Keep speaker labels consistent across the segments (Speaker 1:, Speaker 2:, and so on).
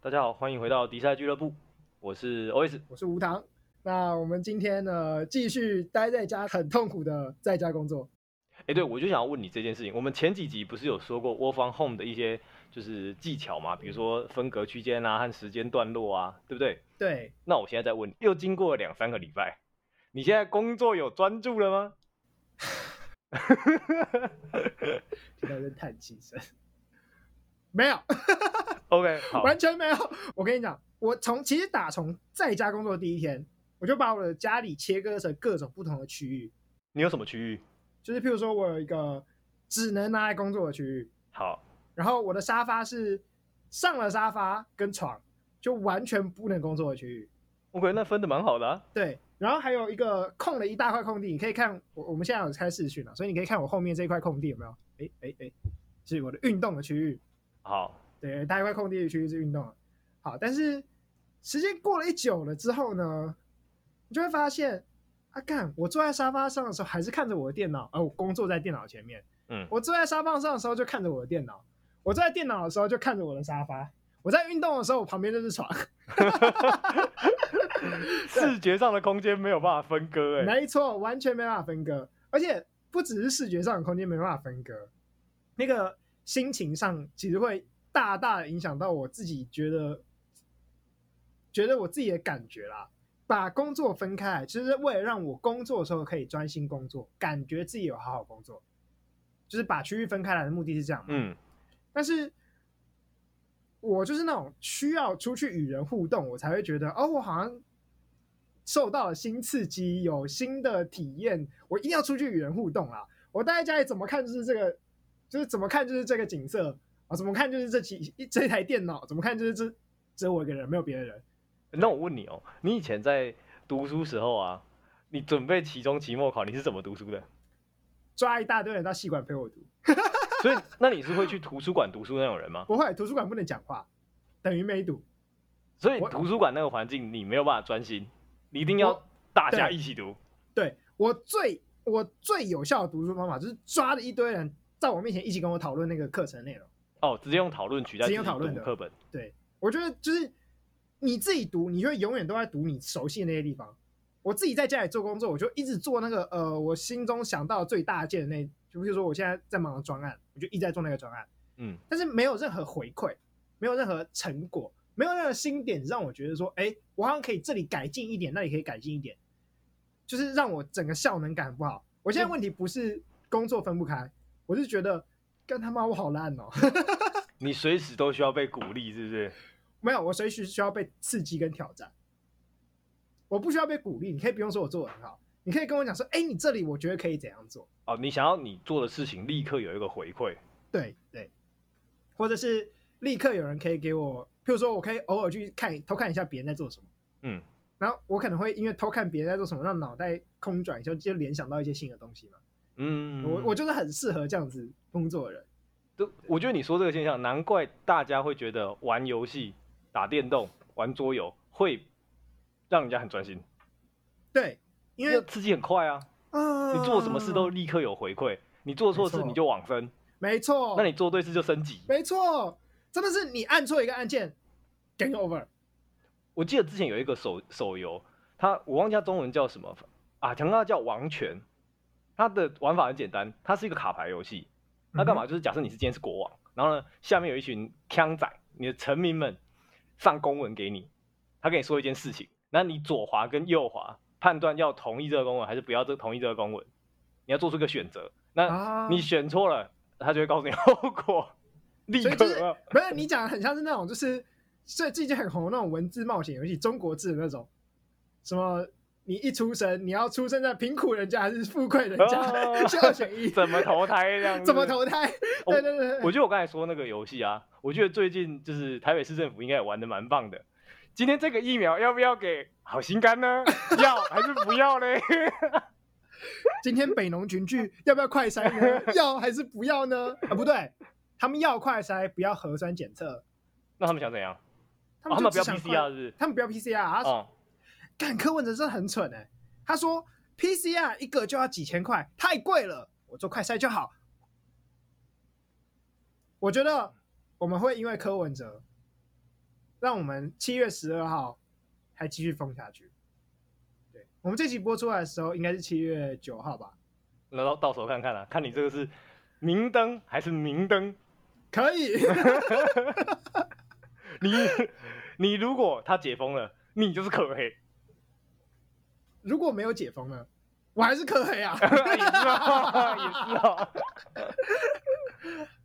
Speaker 1: 大家好，欢迎回到迪赛俱乐部，我是 OS。
Speaker 2: 我是吴糖。那我们今天呢，继续待在家很痛苦的在家工作。
Speaker 1: 哎，对，我就想要问你这件事情。我们前几集不是有说过 Work from Home 的一些就是技巧嘛，比如说分隔区间啊和时间段落啊，对不对？
Speaker 2: 对，
Speaker 1: 那我现在再问你，又经过了两三个礼拜，你现在工作有专注了吗？
Speaker 2: 听到在叹气声，没有，
Speaker 1: OK，好，
Speaker 2: 完全没有。我跟你讲，我从其实打从在家工作的第一天，我就把我的家里切割成各种不同的区域，
Speaker 1: 你有什么区域？
Speaker 2: 就是譬如说我有一个只能拿来工作的区域，
Speaker 1: 好，
Speaker 2: 然后我的沙发是上了沙发跟床就完全不能工作的区域，
Speaker 1: OK，那分的蛮好的、啊。
Speaker 2: 对，然后还有一个空了一大块空地，你可以看我我们现在有开视讯了，所以你可以看我后面这一块空地有没有？哎哎哎，是我的运动的区域，
Speaker 1: 好，
Speaker 2: 对，大块空地区是运动了。好，但是时间过了一久了之后呢，你就会发现，啊，干，我坐在沙发上的时候还是看着我的电脑，而、我工作在电脑前面；
Speaker 1: 嗯，
Speaker 2: 我坐在沙发上的时候就看着我的电脑，我坐在电脑的时候就看着我的沙发，我在运动的时候我旁边就是床，
Speaker 1: 视觉上的空间没有办法分割、哎，
Speaker 2: 没错，完全没办法分割，而且不只是视觉上的空间没办法分割，那个心情上其实会大大的影响到我自己，觉得觉得我自己的感觉啦。把工作分开来，就是为了让我工作的时候可以专心工作，感觉自己有好好工作，就是把区域分开来的目的是这样嘛。
Speaker 1: 嗯，
Speaker 2: 但是我就是那种需要出去与人互动，我才会觉得哦，我好像受到了新刺激，有新的体验，我一定要出去与人互动啦。我待在家里怎么看就是这个，就是怎么看就是这个景色啊，怎么看就是这几这台电脑，怎么看就是这只有我一个人，没有别的人。
Speaker 1: 那我问你哦，你以前在读书时候啊，你准备期中、期末考，你是怎么读书的？
Speaker 2: 抓一大堆人到戏馆陪我读，
Speaker 1: 所以，那你是会去图书馆读书那种人吗？
Speaker 2: 不会，图书馆不能讲话，等于没读。
Speaker 1: 所以
Speaker 2: 我
Speaker 1: 图书馆那个环境你没有办法专心，你一定要
Speaker 2: 我
Speaker 1: 大家
Speaker 2: 对
Speaker 1: 一起读。
Speaker 2: 对我最我最有效的读书方法就是抓了一堆人在我面前一起跟我讨论那个课程内容。
Speaker 1: 哦，直接用讨论取代
Speaker 2: 直接
Speaker 1: 自
Speaker 2: 用
Speaker 1: 己
Speaker 2: 讨论
Speaker 1: 读
Speaker 2: 的
Speaker 1: 课本。
Speaker 2: 我觉得就是你自己读，你就会永远都在读你熟悉的那些地方。我自己在家里做工作，我就一直做那个呃，我心中想到最大件的那，就比如说我现在在忙的专案，我就一直在做那个专案，
Speaker 1: 嗯，
Speaker 2: 但是没有任何回馈，没有任何成果，没有任何新点让我觉得说，哎，我好像可以这里改进一点，那里可以改进一点，就是让我整个效能感很不好。我现在问题不是工作分不开，我是觉得干他妈我好烂哦，
Speaker 1: 你随时都需要被鼓励，是不是？
Speaker 2: 没有，我随时需要被刺激跟挑战。我不需要被鼓励，你可以不用说我做的很好，你可以跟我讲说，哎，你这里我觉得可以怎样做，
Speaker 1: 哦，你想要你做的事情立刻有一个回馈。
Speaker 2: 对对，或者是立刻有人可以给我，譬如说我可以偶尔去看偷看一下别人在做什么，
Speaker 1: 嗯，
Speaker 2: 然后我可能会因为偷看别人在做什么，让脑袋空转一下，就联想到一些新的东西嘛。
Speaker 1: 嗯，
Speaker 2: 我我就是很适合这样子工作的人，
Speaker 1: 都我觉得你说这个现象，难怪大家会觉得玩游戏、打电动、玩桌游会让人家很专心，
Speaker 2: 对，因
Speaker 1: 因
Speaker 2: 为
Speaker 1: 为刺激很快啊，
Speaker 2: 啊，
Speaker 1: 你做什么事都立刻有回馈，你做错事
Speaker 2: 没错
Speaker 1: 你就往生，
Speaker 2: 没错，
Speaker 1: 那你做对事就升级。
Speaker 2: 没错，真的是你按错一个按键，game over。
Speaker 1: 我记得之前有一个手手游，它我忘记它中文叫什么啊，讲它叫《王权》，它的玩法很简单，它是一个卡牌游戏。它
Speaker 2: 嗯
Speaker 1: 干嘛？就是假设你是今天是国王，然后呢，下面有一群枪仔，你的臣民们上公文给你，他跟你说一件事情，那你左滑跟右滑判断要同意这个公文还是不要这同意这个公文，你要做出一个选择。那
Speaker 2: 啊，
Speaker 1: 你 选错了，他就会告诉你后果，立
Speaker 2: 所以
Speaker 1: 刻
Speaker 2: 就是
Speaker 1: 有没有
Speaker 2: 不是你讲的很像是那种就是所以最近很红的那种文字冒险游戏，中国字的那种，什么你一出生你要出生在贫苦人家还是富贵人
Speaker 1: 哦
Speaker 2: 家，是 二选一，
Speaker 1: 怎么投胎这样子？
Speaker 2: 怎么投胎？
Speaker 1: 我
Speaker 2: 对对对
Speaker 1: 我
Speaker 2: 对，
Speaker 1: 觉得我刚才说那个游戏啊，我觉得最近就是台北市政府应该也玩的蛮棒的。今天这个疫苗要不要给好心肝呢？要还是不要嘞？
Speaker 2: 今天北农群聚要不要快筛呢？要还是不要呢？啊，不对，他们要快筛，不要核酸检测，
Speaker 1: 那他们想怎样？
Speaker 2: 他
Speaker 1: 哦他
Speaker 2: 们就
Speaker 1: 们不
Speaker 2: 只
Speaker 1: 要
Speaker 2: 想
Speaker 1: PCR
Speaker 2: 快，
Speaker 1: 是不是？
Speaker 2: 他们不要 PCR，他
Speaker 1: 哦，
Speaker 2: 啊干柯文哲真的很蠢哎、他说 PCR 一个就要几千块，太贵了，我做快筛就好。我觉得我们会因为柯文哲让我们七月十二号还继续封下去。对，我们这期播出来的时候应该是七月九号吧？
Speaker 1: 那到到时候看看啦、看你这个是明灯还是明灯。
Speaker 2: 可以，
Speaker 1: 你你如果他解封了，你就是可黑，
Speaker 2: 如果没有解封呢，我还是可黑啊。
Speaker 1: 也是啊，也是啊。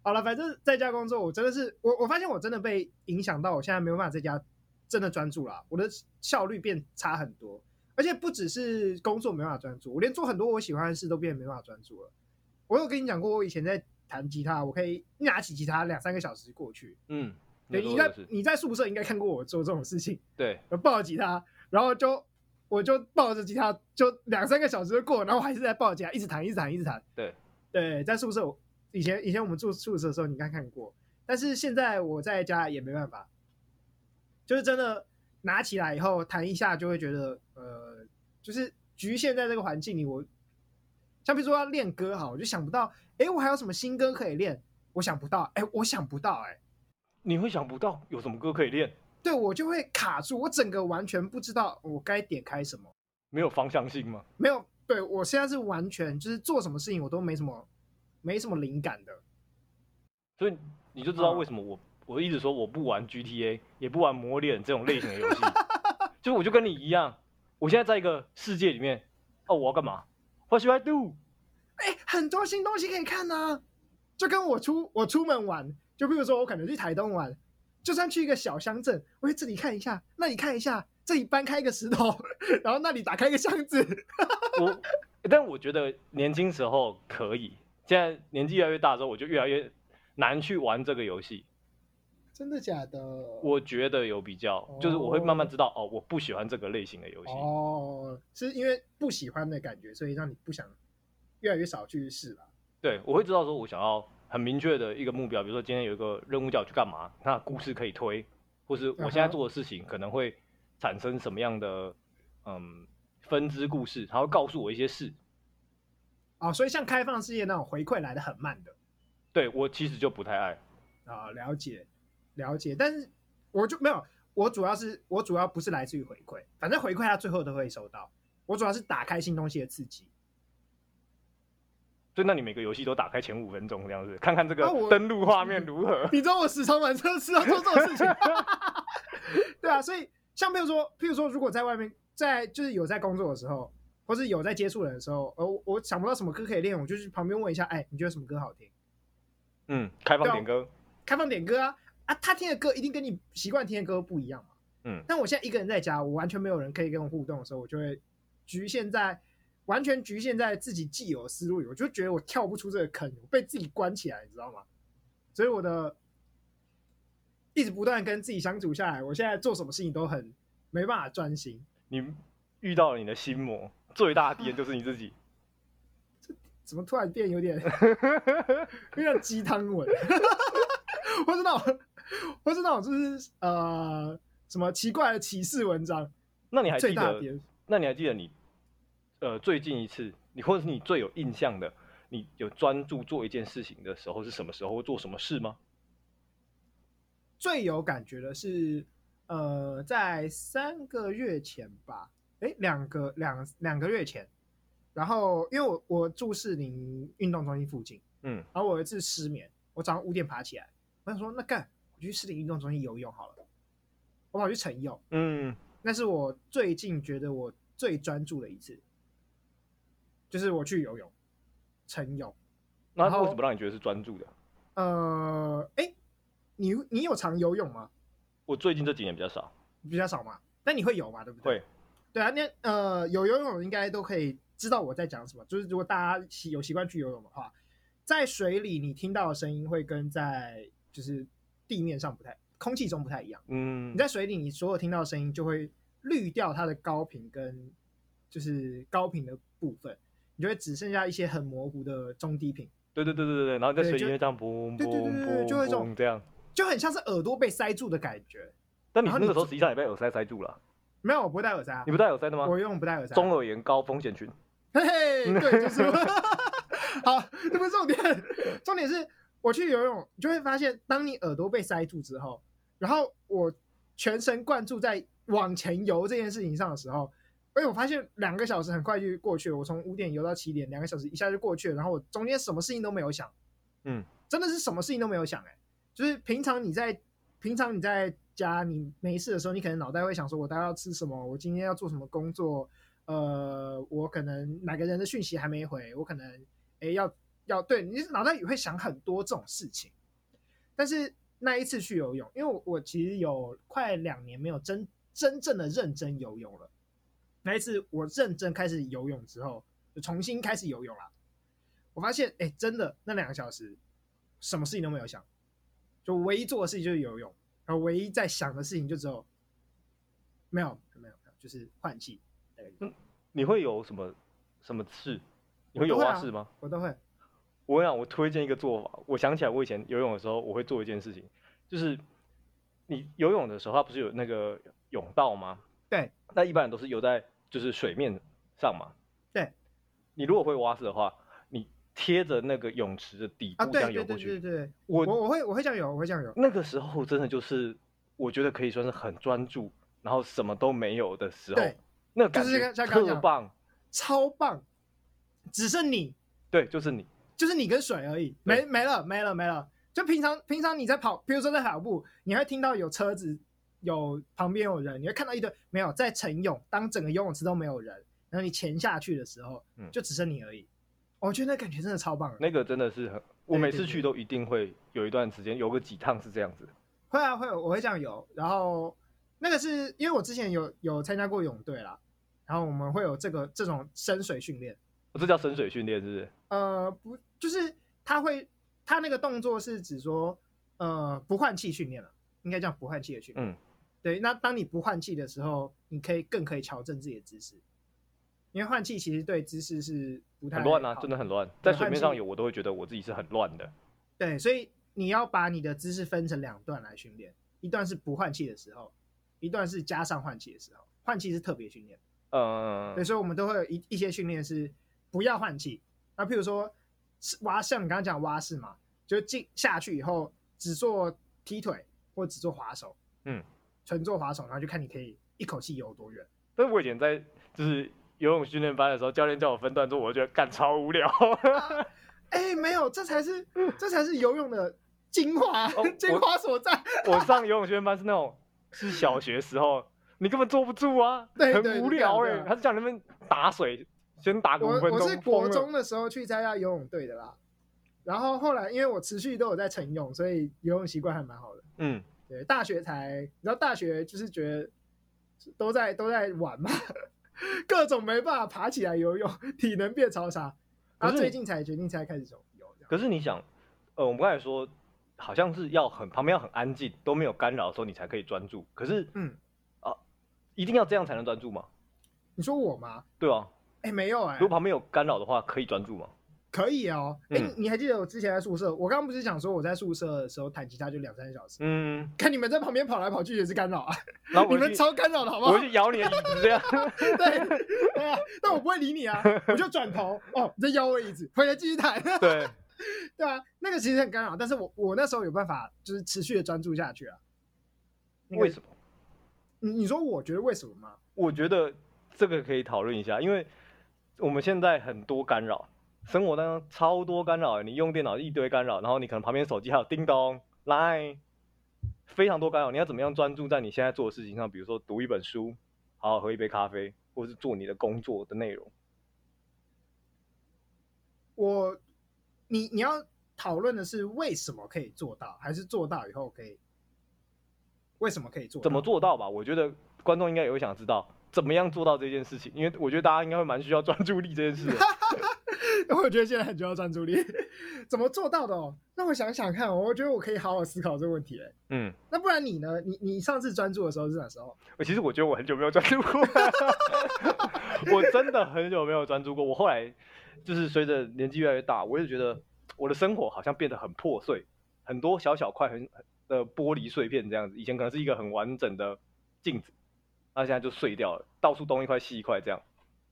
Speaker 2: 好了，反正在家工作，我真的是我我发现我真的被影响到，我现在没有办法在家真的专注了，我的效率变差很多，而且不只是工作没办法专注，我连做很多我喜欢的事都变得没办法专注了。我有跟你讲过，我以前在弹吉他，我可以一拿起吉他两三个小时过去。
Speaker 1: 嗯，
Speaker 2: 对，
Speaker 1: 你
Speaker 2: 你
Speaker 1: 说的
Speaker 2: 在
Speaker 1: 是
Speaker 2: 你在宿舍应该看过我做这种事情，
Speaker 1: 对，
Speaker 2: 我抱着吉他，然后就我就抱着吉他，就两三个小时就过，然后我还是在抱着吉他一直弹，一直弹，一直弹。
Speaker 1: 对
Speaker 2: 对，在宿舍我以前以前我们住宿舍的时候，你应该看过，但是现在我在家也没办法，就是真的拿起来以后弹一下，就会觉得呃，就是局限在这个环境里。我像比如说要练歌哈，我就想不到，哎，我还有什么新歌可以练？我想不到，哎，我想不到，哎。
Speaker 1: 你会想不到有什么歌可以练，
Speaker 2: 对我就会卡住，我整个完全不知道我该点开什么，
Speaker 1: 没有方向性吗？
Speaker 2: 没有，对我现在是完全就是做什么事情我都没什么没什么灵感的，
Speaker 1: 所以你就知道为什么我、我一直说我不玩 GTA，也不玩《魔猎人》这种类型的游戏， 就我就跟你一样，我现在在一个世界里面，哦，我要干嘛？What should I do？
Speaker 2: 哎，很多新东西可以看呐、就跟我出我出门玩，就比如说我可能去台东玩，就算去一个小乡镇，我会这里看一下，那里看一下，这里搬开一个石头， 然后那里打开一个箱子，
Speaker 1: 我， 但我觉得年轻时候可以，现在年纪越来越大之后，我就越来越难去玩这个游戏。
Speaker 2: 真的假的？
Speaker 1: 我觉得有比较，就是我会慢慢知道，哦，我不喜欢这个类型的游戏。
Speaker 2: 哦，是因为不喜欢的感觉，所以让你不想越来越少去试了。
Speaker 1: 对，我会知道说我想要很明确的一个目标，比如说今天有一个任务叫我去干嘛，那故事可以推，或是我现在
Speaker 2: 嗯哼
Speaker 1: 做的事情可能会产生什么样的嗯分支故事，它会告诉我一些事。
Speaker 2: 哦，所以像开放世界那种回馈来的很慢的
Speaker 1: 对我其实就不太爱，
Speaker 2: 啊、了解了解，但是我就没有，我主要是我主要不是来自于回馈，反正回馈他最后都会收到，我主要是打开新东西的刺激。
Speaker 1: 所以那你每个游戏都打开前五分钟这样子，看看这
Speaker 2: 啊
Speaker 1: 个
Speaker 2: 我
Speaker 1: 登录画 面如何。
Speaker 2: 你知道我时常晚上是要做这种事情， 对啊，所以像比如说，譬如说，如果在外面在就是有在工作的时候，或是有在接触人的时候，呃，我我想不到什么歌可以练，我就去旁边问一下，哎，你觉得什么歌好听？
Speaker 1: 嗯，开放
Speaker 2: 对啊
Speaker 1: 点歌，
Speaker 2: 开放点歌啊啊，他听的歌一定跟你习惯听的歌不一样嘛。
Speaker 1: 嗯
Speaker 2: 但我现在一个人在家，我完全没有人可以跟我互动的时候，我就会局限在完全局限在自己既有的思路里，我就觉得我跳不出这个坑，我被自己关起来，你知道吗？所以我的一直不断跟自己相处下来，我现在做什么事情都很没办法专心。
Speaker 1: 你遇到了你的心魔，最大的敌人就是你 自己。
Speaker 2: 怎么突然变有点 有点鸡汤文？ 或是那种，或是那种，就是呃，什么奇怪的歧视文章，
Speaker 1: 那你还
Speaker 2: 最
Speaker 1: 记
Speaker 2: 大
Speaker 1: 得
Speaker 2: 的点
Speaker 1: 那你还记得你呃最近一次，你或者是你最有印象的，你有专注做一件事情的时候是什么时候，做什么事吗？
Speaker 2: 最有感觉的是，呃，在三个月前吧，诶，两个两两个月前，然后因为我我住士林运动中心附近，
Speaker 1: 嗯，
Speaker 2: 然后我有一次失眠，我早上五点爬起来，我想说那干，我去士林运动中心游泳好了，我跑去晨泳。
Speaker 1: 嗯，
Speaker 2: 那是我最近觉得我最专注的一次，就是我去游泳，晨泳。
Speaker 1: 那
Speaker 2: 然后
Speaker 1: 为什么让你觉得是专注的？
Speaker 2: 呃，哎，你你有常游泳吗？
Speaker 1: 我最近这几年比较少，
Speaker 2: 比较少嘛。那你会游嘛？对不对？
Speaker 1: 会。
Speaker 2: 对啊，那呃，有游泳的应该都可以知道我在讲什么。就是如果大家习有习惯去游泳的话，在水里你听到的声音会跟在就是地面上不太、空气中不太一样。
Speaker 1: 嗯
Speaker 2: 你，在水里，你所有听到的声音就会滤掉它的高频跟就是高频的部分，你就会只剩下一些很模糊的中低频，
Speaker 1: 对对对对对对，然后在水
Speaker 2: 对
Speaker 1: 里
Speaker 2: 就
Speaker 1: 面这样嘣
Speaker 2: 对对对对
Speaker 1: 嘣
Speaker 2: 就会这
Speaker 1: 嘣
Speaker 2: 种
Speaker 1: 嘣这样。
Speaker 2: 就很像是耳朵被塞住的感觉。
Speaker 1: 但你
Speaker 2: 然后
Speaker 1: 那
Speaker 2: 你
Speaker 1: 个时候
Speaker 2: 就
Speaker 1: 实际上也被耳塞塞住了，
Speaker 2: 没有，我不会戴耳塞、啊
Speaker 1: 你，不戴耳塞的吗？
Speaker 2: 我用不戴耳塞。啊
Speaker 1: 中耳炎高风险群，
Speaker 2: 嘿嘿，对，就是我。好，这不是重点，重点是我去游泳，你就会发现，当你耳朵被塞住之后，然后我全神贯注在往前游这件事情上的时候，哎，我发现两个小时很快就过去了。我从五点游到七点，两个小时一下就过去了，然后我中间什么事情都没有想，
Speaker 1: 嗯，
Speaker 2: 真的是什么事情都没有想、哎，就是平常你在平常你在家你没事的时候，你可能脑袋会想说，我待会要吃什么，我今天要做什么工作，呃，我可能哪个人的讯息还没回，我可能哎要要对你脑袋也会想很多这种事情，但是那一次去游泳，因为我我其实有快两年没有真真正的认真游泳了，那一次我认真开始游泳之后，就重新开始游泳了，我发现哎、真的那两个小时什么事情都没有想，就唯一做的事情就是游泳，然后唯一在想的事情就只有没有没有没有就是换气，大概就这样
Speaker 1: 你会有什么什么事？你会
Speaker 2: 我
Speaker 1: 有
Speaker 2: 不会
Speaker 1: 蛙
Speaker 2: 啊
Speaker 1: 式吗？
Speaker 2: 我都会。
Speaker 1: 我想我推荐一个做法，我想起来我以前游泳的时候，我会做一件事情，就是你游泳的时候，它不是有那个泳道吗？
Speaker 2: 对，
Speaker 1: 那一般人都是游在就是水面上嘛。
Speaker 2: 对，
Speaker 1: 你如果会蛙式的话，你贴着那个泳池的底
Speaker 2: 啊，
Speaker 1: 部这
Speaker 2: 对
Speaker 1: 样
Speaker 2: 对
Speaker 1: 游
Speaker 2: 对
Speaker 1: 过
Speaker 2: 对
Speaker 1: 去。
Speaker 2: 对，
Speaker 1: 我
Speaker 2: 我我会我会这样游，我会这样游。
Speaker 1: 那个时候真的就是，我觉得可以算是很专注，然后什么都没有的时候
Speaker 2: 对，
Speaker 1: 那个感
Speaker 2: 就是
Speaker 1: 觉
Speaker 2: 像像刚刚
Speaker 1: 特
Speaker 2: 讲
Speaker 1: 棒。
Speaker 2: 超棒，只剩你，
Speaker 1: 对，就是你。
Speaker 2: 就是你跟水而已，没
Speaker 1: 对
Speaker 2: 没了没了没了。就平常平常你在跑，比如说在跑步，你会听到有车子，有旁边有人，你会看到一堆没有在晨泳，当整个游泳池都没有人，然后你潜下去的时候
Speaker 1: 嗯，
Speaker 2: 就只剩你而已。我觉得那感觉真的超棒的。
Speaker 1: 那个真的是很，我每次
Speaker 2: 对对
Speaker 1: 去都一定会有一段时间，游个几趟是这样子。
Speaker 2: 会啊会啊，我会这样游。然后那个是因为我之前有有参加过泳队啦，然后我们会有这个这种深水训练。
Speaker 1: 哦这叫深水训练，是不是？
Speaker 2: 呃，不，就是他会，他那个动作是指说，呃，不换气训练了，应该叫不换气的训练。
Speaker 1: 嗯，
Speaker 2: 对，那当你不换气的时候，你可以更可以调整自己的姿势，因为换气其实对姿势是不太
Speaker 1: 很乱啊，
Speaker 2: 哎好
Speaker 1: 真的很乱。
Speaker 2: 对
Speaker 1: 在水
Speaker 2: 换
Speaker 1: 面上
Speaker 2: 气
Speaker 1: 有，我都会觉得我自己是很乱的。
Speaker 2: 对，所以你要把你的姿势分成两段来训练，一段是不换气的时候，一段是加上换气的时候。换气是特别训练，
Speaker 1: 嗯
Speaker 2: 对，，所以我们都会有一一些训练是不要换气。那譬如说是蛙，像你刚刚讲蛙式嘛，就进下去以后只做踢腿或只做滑手，
Speaker 1: 嗯，
Speaker 2: 纯做滑手，然后就看你可以一口气游多远。
Speaker 1: 但我以前在就是游泳训练班的时候，教练叫我分段做，我就觉得干超无聊。
Speaker 2: 哎、没有，这才是这才是游泳的精华，
Speaker 1: 嗯哦
Speaker 2: 精华所在。
Speaker 1: 我上游泳训练班是那种是小学时候，你根本坐不住啊，
Speaker 2: 对
Speaker 1: 很
Speaker 2: 对
Speaker 1: 无
Speaker 2: 对啊
Speaker 1: 聊
Speaker 2: 对
Speaker 1: 哎、
Speaker 2: 啊
Speaker 1: 他就叫你们打水，先打个
Speaker 2: 我
Speaker 1: 五分钟。
Speaker 2: 我是
Speaker 1: 疯
Speaker 2: 国
Speaker 1: 了
Speaker 2: 中的时候去参加游泳队的啦，然后后来因为我持续都有在晨泳，所以游泳习惯还蛮好的。
Speaker 1: 嗯，
Speaker 2: 对，大学才，你知道大学就是觉得都在都在玩嘛，各种没办法爬起来游泳，体能变超差，
Speaker 1: 可
Speaker 2: 然后
Speaker 1: 是
Speaker 2: 最
Speaker 1: 你
Speaker 2: 近才决定才开始游游这样。
Speaker 1: 可是你想，呃，我们刚才说好像是要很旁边要很安静，都没有干扰的时候，你才可以专注。可是
Speaker 2: 嗯，
Speaker 1: 一定要这样才能专注吗？
Speaker 2: 你说我吗？
Speaker 1: 对啊，
Speaker 2: 哎，没有哎、
Speaker 1: 如果旁边有干扰的话，可以专注吗？
Speaker 2: 可以哦。哎、
Speaker 1: 嗯
Speaker 2: 你你还记得我之前在宿舍，我刚刚不是讲说我在宿舍的时候弹吉他就两三个小时，
Speaker 1: 嗯，
Speaker 2: 看你们在旁边跑来跑去也是干扰啊，
Speaker 1: 然后
Speaker 2: 你
Speaker 1: 我就
Speaker 2: 们
Speaker 1: 去
Speaker 2: 超干扰的好不
Speaker 1: 我
Speaker 2: 好
Speaker 1: 会？去咬你的椅子这样。
Speaker 2: 对对啊，但我不会理你啊，我就转头哦，你在咬我椅子，回来继续弹。
Speaker 1: 对，
Speaker 2: 对啊，那个其实很干扰，但是我我那时候有办法，就是持续的专注下去啊。那 个
Speaker 1: 为什么？
Speaker 2: 你你说我觉得为什么吗？
Speaker 1: 我觉得这个可以讨论一下，因为我们现在很多干扰，生活当中超多干扰，你用电脑一堆干扰，然后你可能旁边手机还有叮咚、Line，非常多干扰。你要怎么样专注在你现在做的事情上？比如说读一本书，好好喝一杯咖啡，或是做你的工作的内容。
Speaker 2: 我你你要讨论的是为什么可以做到，还是做到以后可以为什么可以做到？
Speaker 1: 怎么？做到吧？我觉得观众应该也会想知道怎么样做到这件事情，因为我觉得大家应该会蛮需要专注力这件事的。
Speaker 2: 我觉得现在很需要专注力， 怎么做到的哦？那我想想看哦，我觉得我可以好好思考这个问题。哎，
Speaker 1: 嗯，
Speaker 2: 那不然你呢？你你上次专注的时候是哪时候？
Speaker 1: 我其实我觉得我很久没有专注过， 我真的很久没有专注过。我后来就是随着年纪越来越大，我也觉得我的生活好像变得很破碎，很多小小块很很的玻璃碎片这样子。以前可能是一个很完整的镜子，那现在就碎掉了，到处东一块西一块这样。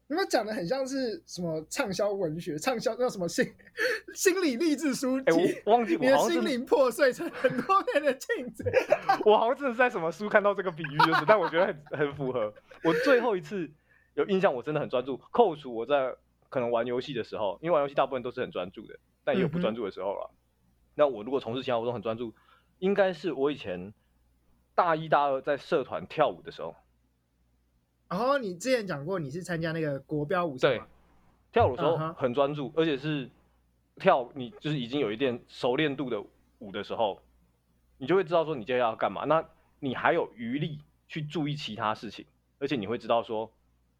Speaker 2: 你们讲的很像是什么畅销文学、畅销那什么心 心理励志书籍，
Speaker 1: 哎、我忘记
Speaker 2: 你
Speaker 1: 我
Speaker 2: 的
Speaker 1: 好像
Speaker 2: 心
Speaker 1: 是
Speaker 2: 灵破碎成很多面的镜子。
Speaker 1: 我好像真的是在什么书看到这个比喻，就是，但我觉得很很符合。我最后一次有印象，我真的很专注，扣除我在可能玩游戏的时候，因为玩游戏大部分都是很专注的，但也有不专注的时候了。那我如果从事其他活动很专注，应该是我以前大一大二在社团跳舞的时候，
Speaker 2: 然后你之前讲过你是参加那个国标舞社
Speaker 1: 对
Speaker 2: 嘛，
Speaker 1: 跳舞的时候
Speaker 2: 嗯哼
Speaker 1: 很专注，而且是跳你就是已经有一点熟练度的舞的时候，你就会知道说你接下来要干嘛。那你还有余力去注意其他事情，而且你会知道说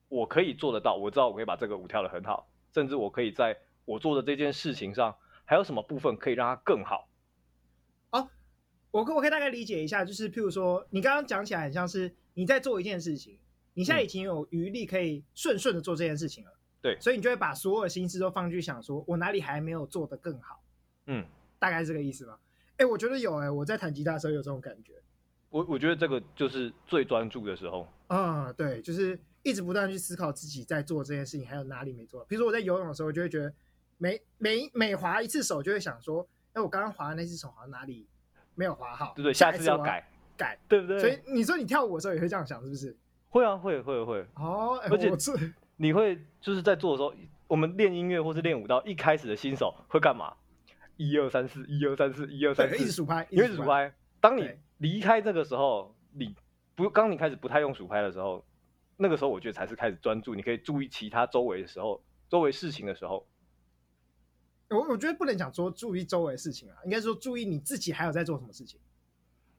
Speaker 1: 我可以做得到，我知道我可以把这个舞跳得很好，甚至我可以在我做的这件事情上还有什么部分可以让它更好。
Speaker 2: 我可我可以大概理解一下，就是譬如说你刚刚讲起来很像是你在做一件事情，你现在已经有余力可以顺顺的做这件事情了，
Speaker 1: 嗯对
Speaker 2: 所以你就会把所有的心思都放去想说我哪里还没有做得更好，
Speaker 1: 嗯，
Speaker 2: 大概是这个意思吗？哎，我觉得有哎、我在弹吉他的时候有这种感觉。
Speaker 1: 我我觉得这个就是最专注的时候。
Speaker 2: 啊、对，就是一直不断地去思考自己在做这件事情还有哪里没做。比如说我在游泳的时候，我就会觉得每每每划一次手，就会想说，哎，我刚刚划的那只手好像哪里没有划好，
Speaker 1: 对不对？
Speaker 2: 下
Speaker 1: 下
Speaker 2: 一
Speaker 1: 次
Speaker 2: 次
Speaker 1: 要
Speaker 2: 我
Speaker 1: 改，
Speaker 2: 改。
Speaker 1: 对不对？
Speaker 2: 所以你说你跳舞的时候也会这样想，是不是？
Speaker 1: 会啊，会会会，
Speaker 2: 哦，哎
Speaker 1: 而且
Speaker 2: 我是
Speaker 1: 你会就是在做的时候，我们练音乐或是练舞蹈，一开始的新手会干嘛？一二三四，一二三四，一二三
Speaker 2: 对，一直
Speaker 1: 四，
Speaker 2: 数啊拍，
Speaker 1: 你会数，拍。当你
Speaker 2: 对
Speaker 1: 离开这个时候，你不刚你开始不太用数拍的时候，那个时候我觉得才是开始专注，你可以注意其他周围的时候，周围事情的时候。
Speaker 2: 我我觉得不能讲说注意周围的事情啊，应该说注意你自己还有在做什么事情。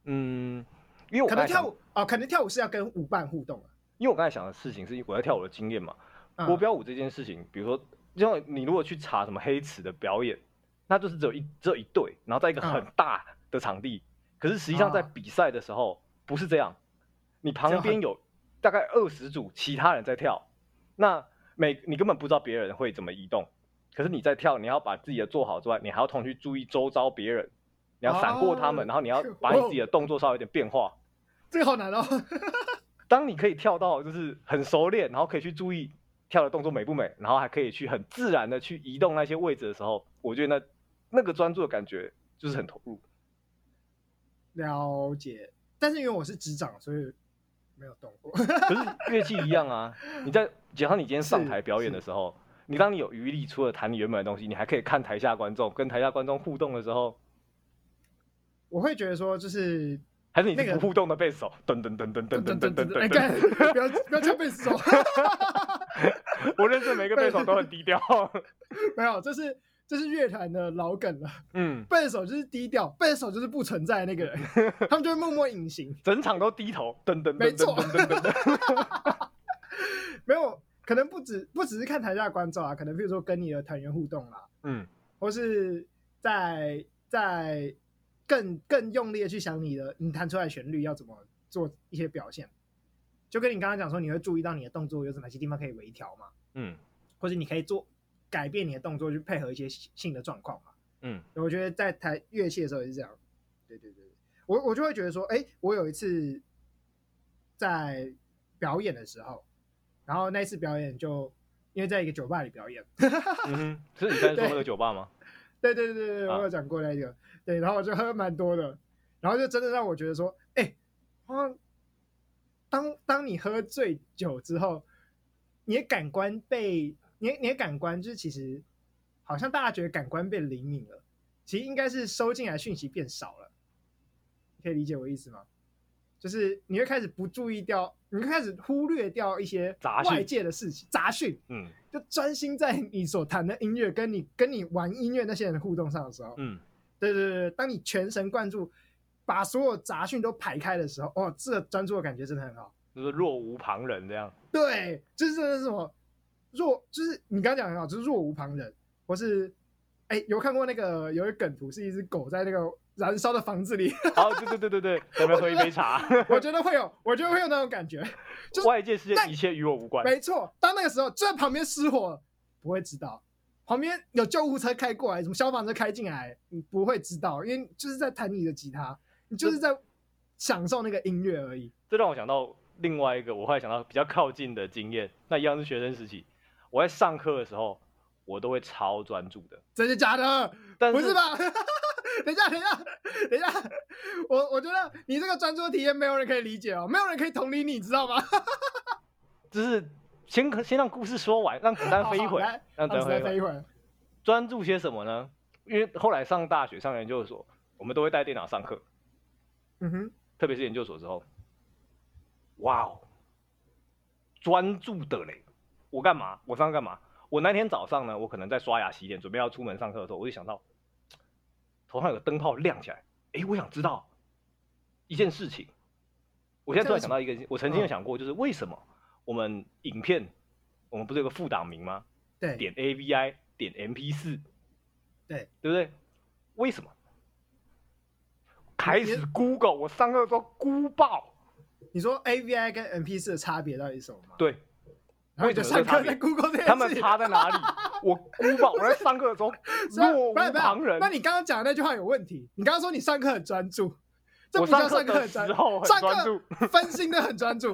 Speaker 1: 嗯，因为我
Speaker 2: 可
Speaker 1: 刚
Speaker 2: 能
Speaker 1: 才
Speaker 2: 跳
Speaker 1: 想，
Speaker 2: 舞哦，可能跳舞是要跟舞伴互动啊。
Speaker 1: 因为我刚才想的事情是我在跳舞的经验嘛，
Speaker 2: 嗯
Speaker 1: 国标舞这件事情，比如说，就像你如果去查什么黑池的表演，那就是只有一只有一队，然后在一个
Speaker 2: 嗯
Speaker 1: 很大的场地。可是实际上在
Speaker 2: 啊
Speaker 1: 比赛的时候不是这样，你
Speaker 2: 这
Speaker 1: 旁
Speaker 2: 样很
Speaker 1: 边有大概二十组其他人在跳，那每你根本不知道别人会怎么移动。可是你在跳，你要把自己的做好之外，你还要同时去注意周遭别人，你要闪过他们，
Speaker 2: 哦
Speaker 1: 然后你要把你自己的动作稍微有点变化。
Speaker 2: 这个好难哦。
Speaker 1: 当你可以跳到就是很熟练，然后可以去注意跳的动作美不美，然后还可以去很自然的去移动那些位置的时候，我觉得那那个专注的感觉就是很投入。
Speaker 2: 了解，但是因为我是执掌，所以没有动过。
Speaker 1: 可是乐器一样啊，你在假如你今天上台表演的时候，你当你有余力，除了弹你原本的东西，你还可以看台下观众，跟台下观众互动的时候，
Speaker 2: 我会觉得说，就是
Speaker 1: 还是你
Speaker 2: 那
Speaker 1: 是
Speaker 2: 个
Speaker 1: 不互动的贝斯手，噔噔噔噔噔噔噔噔
Speaker 2: 哎
Speaker 1: 噔
Speaker 2: 干
Speaker 1: 噔，
Speaker 2: 不要不要叫贝斯手，
Speaker 1: 我认识每个贝斯手都很低 调。
Speaker 2: 没有，这是这是乐团的老梗了。
Speaker 1: 嗯，
Speaker 2: 贝斯手就是低调，贝斯手就是不存在的那个 人，他们就会默默隐形。
Speaker 1: 整场都低头，噔噔
Speaker 2: 没
Speaker 1: 噔
Speaker 2: 错
Speaker 1: 噔噔噔噔。
Speaker 2: 没有，可能不止不只是看台下观众啊，可能比如说跟你的团员互动啦，
Speaker 1: 嗯，
Speaker 2: 或是在在更更用力的去想你的你弹出来的旋律要怎么做一些表现，就跟你刚刚讲说，你会注意到你的动作有哪些地方可以微调嘛，
Speaker 1: 嗯
Speaker 2: 或者你可以做改变你的动作去配合一些新新的状况嘛。
Speaker 1: 嗯
Speaker 2: 我觉得在弹乐器的时候也是这样，对对对，对我我就会觉得说，哎，我有一次在表演的时候，然后那一次表演就因为在一个酒吧里表演，
Speaker 1: 嗯哼， 是你刚才说那个酒吧吗？
Speaker 2: 对对对对，对，
Speaker 1: 啊
Speaker 2: 我有讲过那个，对，然后我就喝蛮多的，然后就真的让我觉得说，哎，好像当当你喝醉酒之后，你的感官被你的你的感官就是其实好像大家觉得感官变灵敏了，其实应该是收进来讯息变少了，你可以理解我意思吗？就是你会开始不注意掉，你会开始忽略掉一些
Speaker 1: 杂讯
Speaker 2: 外界的事情杂讯，
Speaker 1: 嗯
Speaker 2: 就专心在你所弹的音乐跟你跟你玩音乐那些人的互动上的时候，
Speaker 1: 嗯。
Speaker 2: 对对对，对当你全神贯注，把所有杂讯都排开的时候，哦，这个专注的感觉真的很好。
Speaker 1: 就是若无旁人 这样。
Speaker 2: 对，就是真的是什么若，就是你刚刚讲得很好，就是若无旁人。我是，哎，有看过那个有一个梗图，是一只狗在那个燃烧的房子里，
Speaker 1: 哦，对对对对对，咱们喝一杯茶。
Speaker 2: 我觉得会有，我觉得会有那种感觉。 就是
Speaker 1: 外界世界一切与我无关。
Speaker 2: 没错，当那个时候就在旁边失火了，不会知道。旁边有救护车开过来，什么消防车开进来，你不会知道，因为你就是在弹你的吉他，你就是在享受那个音乐而已。
Speaker 1: 这让我想到另外一个，我后来想到比较靠近的经验，那一样是学生时期。我在上课的时候，我都会超专注的。
Speaker 2: 真的假的？
Speaker 1: 但
Speaker 2: 不是吧？等一下，等一下，等一下，我我觉得你这个专注体验没有人可以理解哦，没有人可以同理你，知 道吗？
Speaker 1: 就是先先让故事说完，让子弹飞一会
Speaker 2: 好好
Speaker 1: 儿
Speaker 2: 来，
Speaker 1: 让子弹
Speaker 2: 让 子
Speaker 1: 飞一会
Speaker 2: 弹飞
Speaker 1: 儿。
Speaker 2: 一会儿。
Speaker 1: 专注些什么呢？因为后来上大学、上研究所，我们都会带电脑上课，
Speaker 2: 嗯哼，
Speaker 1: 特别是研究所之后，哇哦，专注的嘞！我干嘛？我上课干嘛？我那天早上呢，我可能在刷牙、洗脸，准备要出门上课的时候，我就想到头上有个灯泡亮起来，诶，我想知道一件事情。我现在突然想到一个，我曾经有想过，就是为什么我们影片，我们不是有个副档名吗？
Speaker 2: 对
Speaker 1: 点 AVI 点 MP 四，
Speaker 2: 对
Speaker 1: 对不对？为什么？开始 Google，我上课都 Google 爆，
Speaker 2: 你说 AVI 跟 MP 四的差别到底是什么吗？
Speaker 1: 对
Speaker 2: 然后你就上课
Speaker 1: 为什么有这个差别
Speaker 2: 在 Google 这件事情
Speaker 1: 他们差在哪里？我 Google 爆，我在上课的时 候
Speaker 2: 所以
Speaker 1: 若无
Speaker 2: 不是不是
Speaker 1: 旁人
Speaker 2: 那。你刚刚讲的那句话有问题。你刚刚说你上课很专注，这
Speaker 1: 我
Speaker 2: 不叫
Speaker 1: 上课
Speaker 2: 课
Speaker 1: 的
Speaker 2: 很专
Speaker 1: 时候很
Speaker 2: 上
Speaker 1: 专注
Speaker 2: 课分心的很 专注。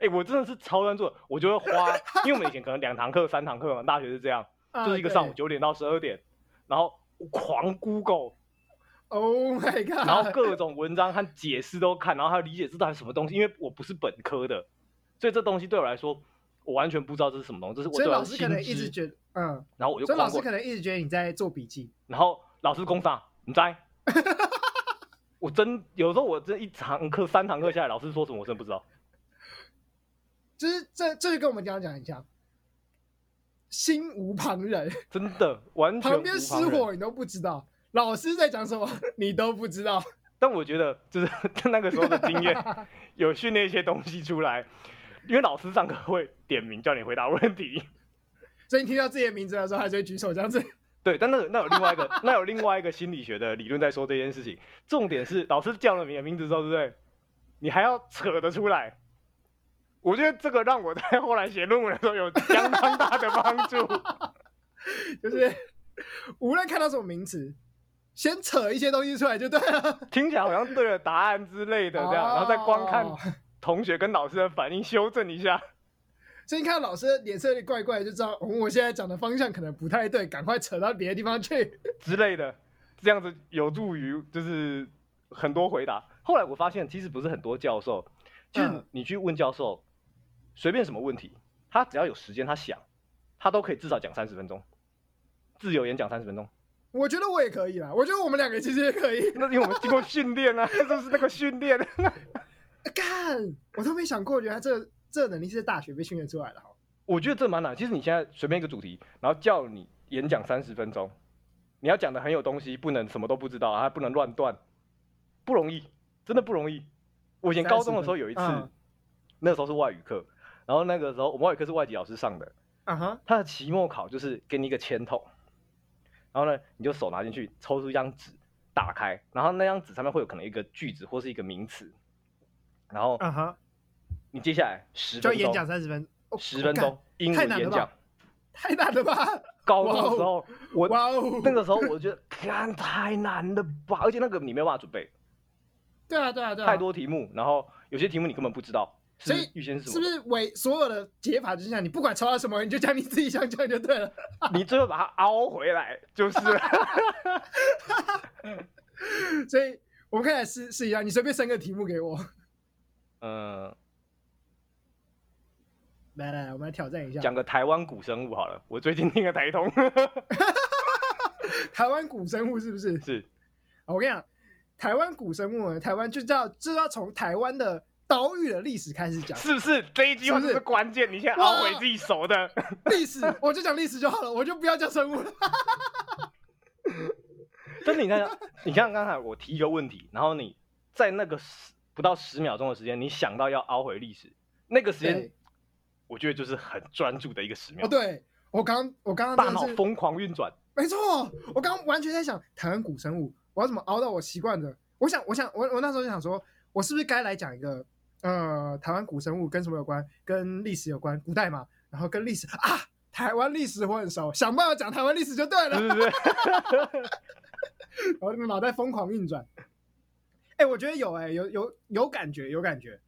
Speaker 1: 哎，我真的是超专注的，我就会花， 因为我们以前可能两堂课、三堂课嘛，大学是这样，
Speaker 2: 啊
Speaker 1: 就是一个上午
Speaker 2: 对
Speaker 1: 九点到十二点，然后狂 Google，
Speaker 2: Oh my god！
Speaker 1: 然后各种文章和解释都看，然后还有理解这到底是什么东西，因为我不是本科的，所以这东西对我来说，我完全不知道这是什么东西，这是我
Speaker 2: 所
Speaker 1: 对
Speaker 2: 以
Speaker 1: 我
Speaker 2: 老
Speaker 1: 的
Speaker 2: 师
Speaker 1: 新
Speaker 2: 可能一
Speaker 1: 知。
Speaker 2: 直觉得，嗯，
Speaker 1: 然后我就
Speaker 2: 所以
Speaker 1: 逛
Speaker 2: 老师
Speaker 1: 过，
Speaker 2: 可能一直觉得你在做笔记。
Speaker 1: 然后老师攻上，你在？我真有时候我这一堂课三堂课下来，老师说什么我真的不知道。
Speaker 2: 就是这，这就跟我们刚刚讲一样，心无旁人，
Speaker 1: 真的完全
Speaker 2: 旁边
Speaker 1: 无
Speaker 2: 失
Speaker 1: 人
Speaker 2: 火你都不知道，老师在讲什么 你都不知道。
Speaker 1: 但我觉得就是 那个时候的经验，有训练一些东西出来，因为老师上课会点名叫你回答问题，
Speaker 2: 所以你听到自己的名字的时候，还是会举手这样子。
Speaker 1: 对，但那有那有另外一个那有另外一个心理学的理论在说这件事情。重点是老师叫了你的名字之后，对不对？你还要扯得出来。我觉得这个让我在 后来写论文的时候有相当大的帮助。
Speaker 2: 就是 无论看到什么名词，先扯一些东西出来就对了。
Speaker 1: 听起来好像对了答案之类的这样，然后再光看
Speaker 2: 哦
Speaker 1: 同学跟老师的反应修正一下。
Speaker 2: 所以你看到老师的脸色有点怪怪，就知道、嗯我现在讲的方向可能不太对，赶快扯到别的地方去。
Speaker 1: 之类的，这样子有助于就是很多回答。后来我发现，其实不是很多教授，其实
Speaker 2: 嗯
Speaker 1: 你去问教授，随便什么问题，他只要有时间，他想，他都可以至少讲三十分钟，自由演讲三十分钟。
Speaker 2: 我觉得我也可以啦，我觉得我们两个其实也可以。
Speaker 1: 那因为我们经过训练啊， 就是那个训练。
Speaker 2: 干，我都没想过，原来这这能力是在大学被训练出来的哈。
Speaker 1: 我觉得这蛮难。其实你现在随便一个主题，然后叫你演讲三十分钟，你要讲的很有东西，不能什么都不知道啊，还不能乱断，不容易，真的不容易。我以前高中的时候有一次，
Speaker 2: 30分嗯
Speaker 1: 那时候是外语课，然后那个时候我们外语课是外籍老师上的，
Speaker 2: 啊哈，
Speaker 1: 他的期末考就是给你一个铅筒，然后呢，你就手拿进去，抽出一张纸，打开，然后那张纸上面会有可能一个句子或是一个名词，然后
Speaker 2: 啊哈，
Speaker 1: 你接下来十
Speaker 2: 就
Speaker 1: 分
Speaker 2: 演
Speaker 1: 钟，
Speaker 2: 讲三十分，哦
Speaker 1: 十分钟，英
Speaker 2: 太
Speaker 1: 文
Speaker 2: 难了
Speaker 1: 演
Speaker 2: 吧
Speaker 1: 讲。
Speaker 2: 太难了吧？
Speaker 1: 高中的时候，我
Speaker 2: 哇哦，
Speaker 1: 那个时候我觉得，看太难了吧，而且那个你没有办法准备，
Speaker 2: 对啊对啊对啊，
Speaker 1: 太多题目，然后有些题目你根本不知道，是
Speaker 2: 所以
Speaker 1: 预先是
Speaker 2: 是
Speaker 1: 什
Speaker 2: 不
Speaker 1: 么，
Speaker 2: 是为所有的解法就是这样？你不管抽到什么，你就讲你自己想讲就对了。
Speaker 1: 你最后把它凹回来 就是了。
Speaker 2: 所以我们可以来试试一下，你随便生个题目给我，
Speaker 1: 嗯，
Speaker 2: 来来来，我们来挑战一下。
Speaker 1: 讲个台湾古生物好了，我最近听了台通，
Speaker 2: 台湾古生物是不是？
Speaker 1: 是
Speaker 2: 我跟你讲，台湾古生物呢，台湾就叫就要从台湾的岛屿的历史开始讲。
Speaker 1: 是不是这一句话
Speaker 2: 是不
Speaker 1: 就是是关键？你现在凹回自己熟 的，
Speaker 2: 历史，我就讲历史就好了，我就不要讲生物了。
Speaker 1: 但是你看，你像刚才我提一个问题，然后你在那个十不到十秒钟的时间，你想到要凹回历史，那个时间
Speaker 2: 对，
Speaker 1: 我觉得就是很专注的一个十秒
Speaker 2: 哦，，对我刚我刚
Speaker 1: 大
Speaker 2: 刚
Speaker 1: 脑
Speaker 2: 真的是
Speaker 1: 疯狂运转。
Speaker 2: 没错，我刚刚完全在想台湾古生物，我要怎么熬到我习惯的？我想，我想，我我那时候就想说，我是不是该来讲一个呃台湾古生物跟什么有关？跟历史有关，古代嘛，然后跟历史啊，台湾历史我很熟，想 办法讲台湾历史就对了。
Speaker 1: 是不 是？
Speaker 2: 然后脑袋疯狂运转。哎、我觉得有哎、有有有感觉，有感觉。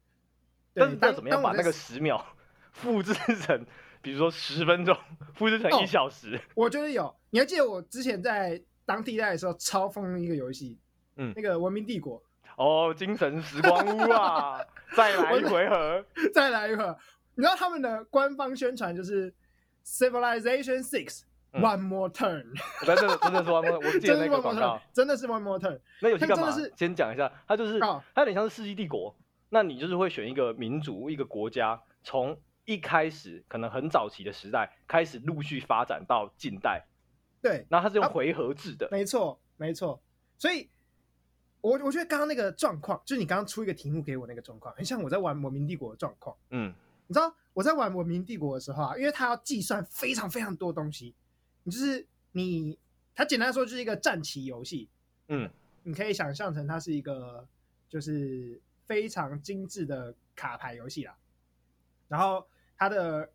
Speaker 2: 对
Speaker 1: 但是但
Speaker 2: 当
Speaker 1: 怎么样
Speaker 2: 当
Speaker 1: 把
Speaker 2: 我在
Speaker 1: 那个十秒复制成比如说十分钟复制成
Speaker 2: 哦
Speaker 1: 一小时，
Speaker 2: 我觉得有。你还记得我之前在当地带的时候超疯一个游戏，
Speaker 1: 嗯
Speaker 2: 那个《文明帝国
Speaker 1: 哦，精神时光屋啊，再来一回合，》
Speaker 2: 再来一会儿，你知道他们的官方宣传就是《Civilization Six
Speaker 1: 嗯
Speaker 2: One More Turn》，
Speaker 1: 真的真的是 One More，我记
Speaker 2: 真
Speaker 1: 得那
Speaker 2: 是
Speaker 1: 个
Speaker 2: One More
Speaker 1: 广告
Speaker 2: Turn，，真的是 One More Turn。
Speaker 1: 那游戏干嘛
Speaker 2: 它真的是？
Speaker 1: 先讲一下，它就是
Speaker 2: 哦
Speaker 1: 它有点像是《世纪帝国》，那你就是会选一个民族、一个国家，从一开始可能很早期的时代开始陆续发展到近代，
Speaker 2: 对，
Speaker 1: 那它是用
Speaker 2: 啊
Speaker 1: 回合制的，
Speaker 2: 没错，没错。所以，我我觉得刚刚那个状况，就是你刚刚出一个题目给我那个状况，很像我在玩《文明帝国》的状况。
Speaker 1: 嗯
Speaker 2: 你知道我在玩《文明帝国》的时候啊，因为它要计算非常非常多东西，你就是你，它简单来说就是一个战棋游戏，
Speaker 1: 嗯，
Speaker 2: 你可以想象成它是一个就是非常精致的卡牌游戏啦。然后它的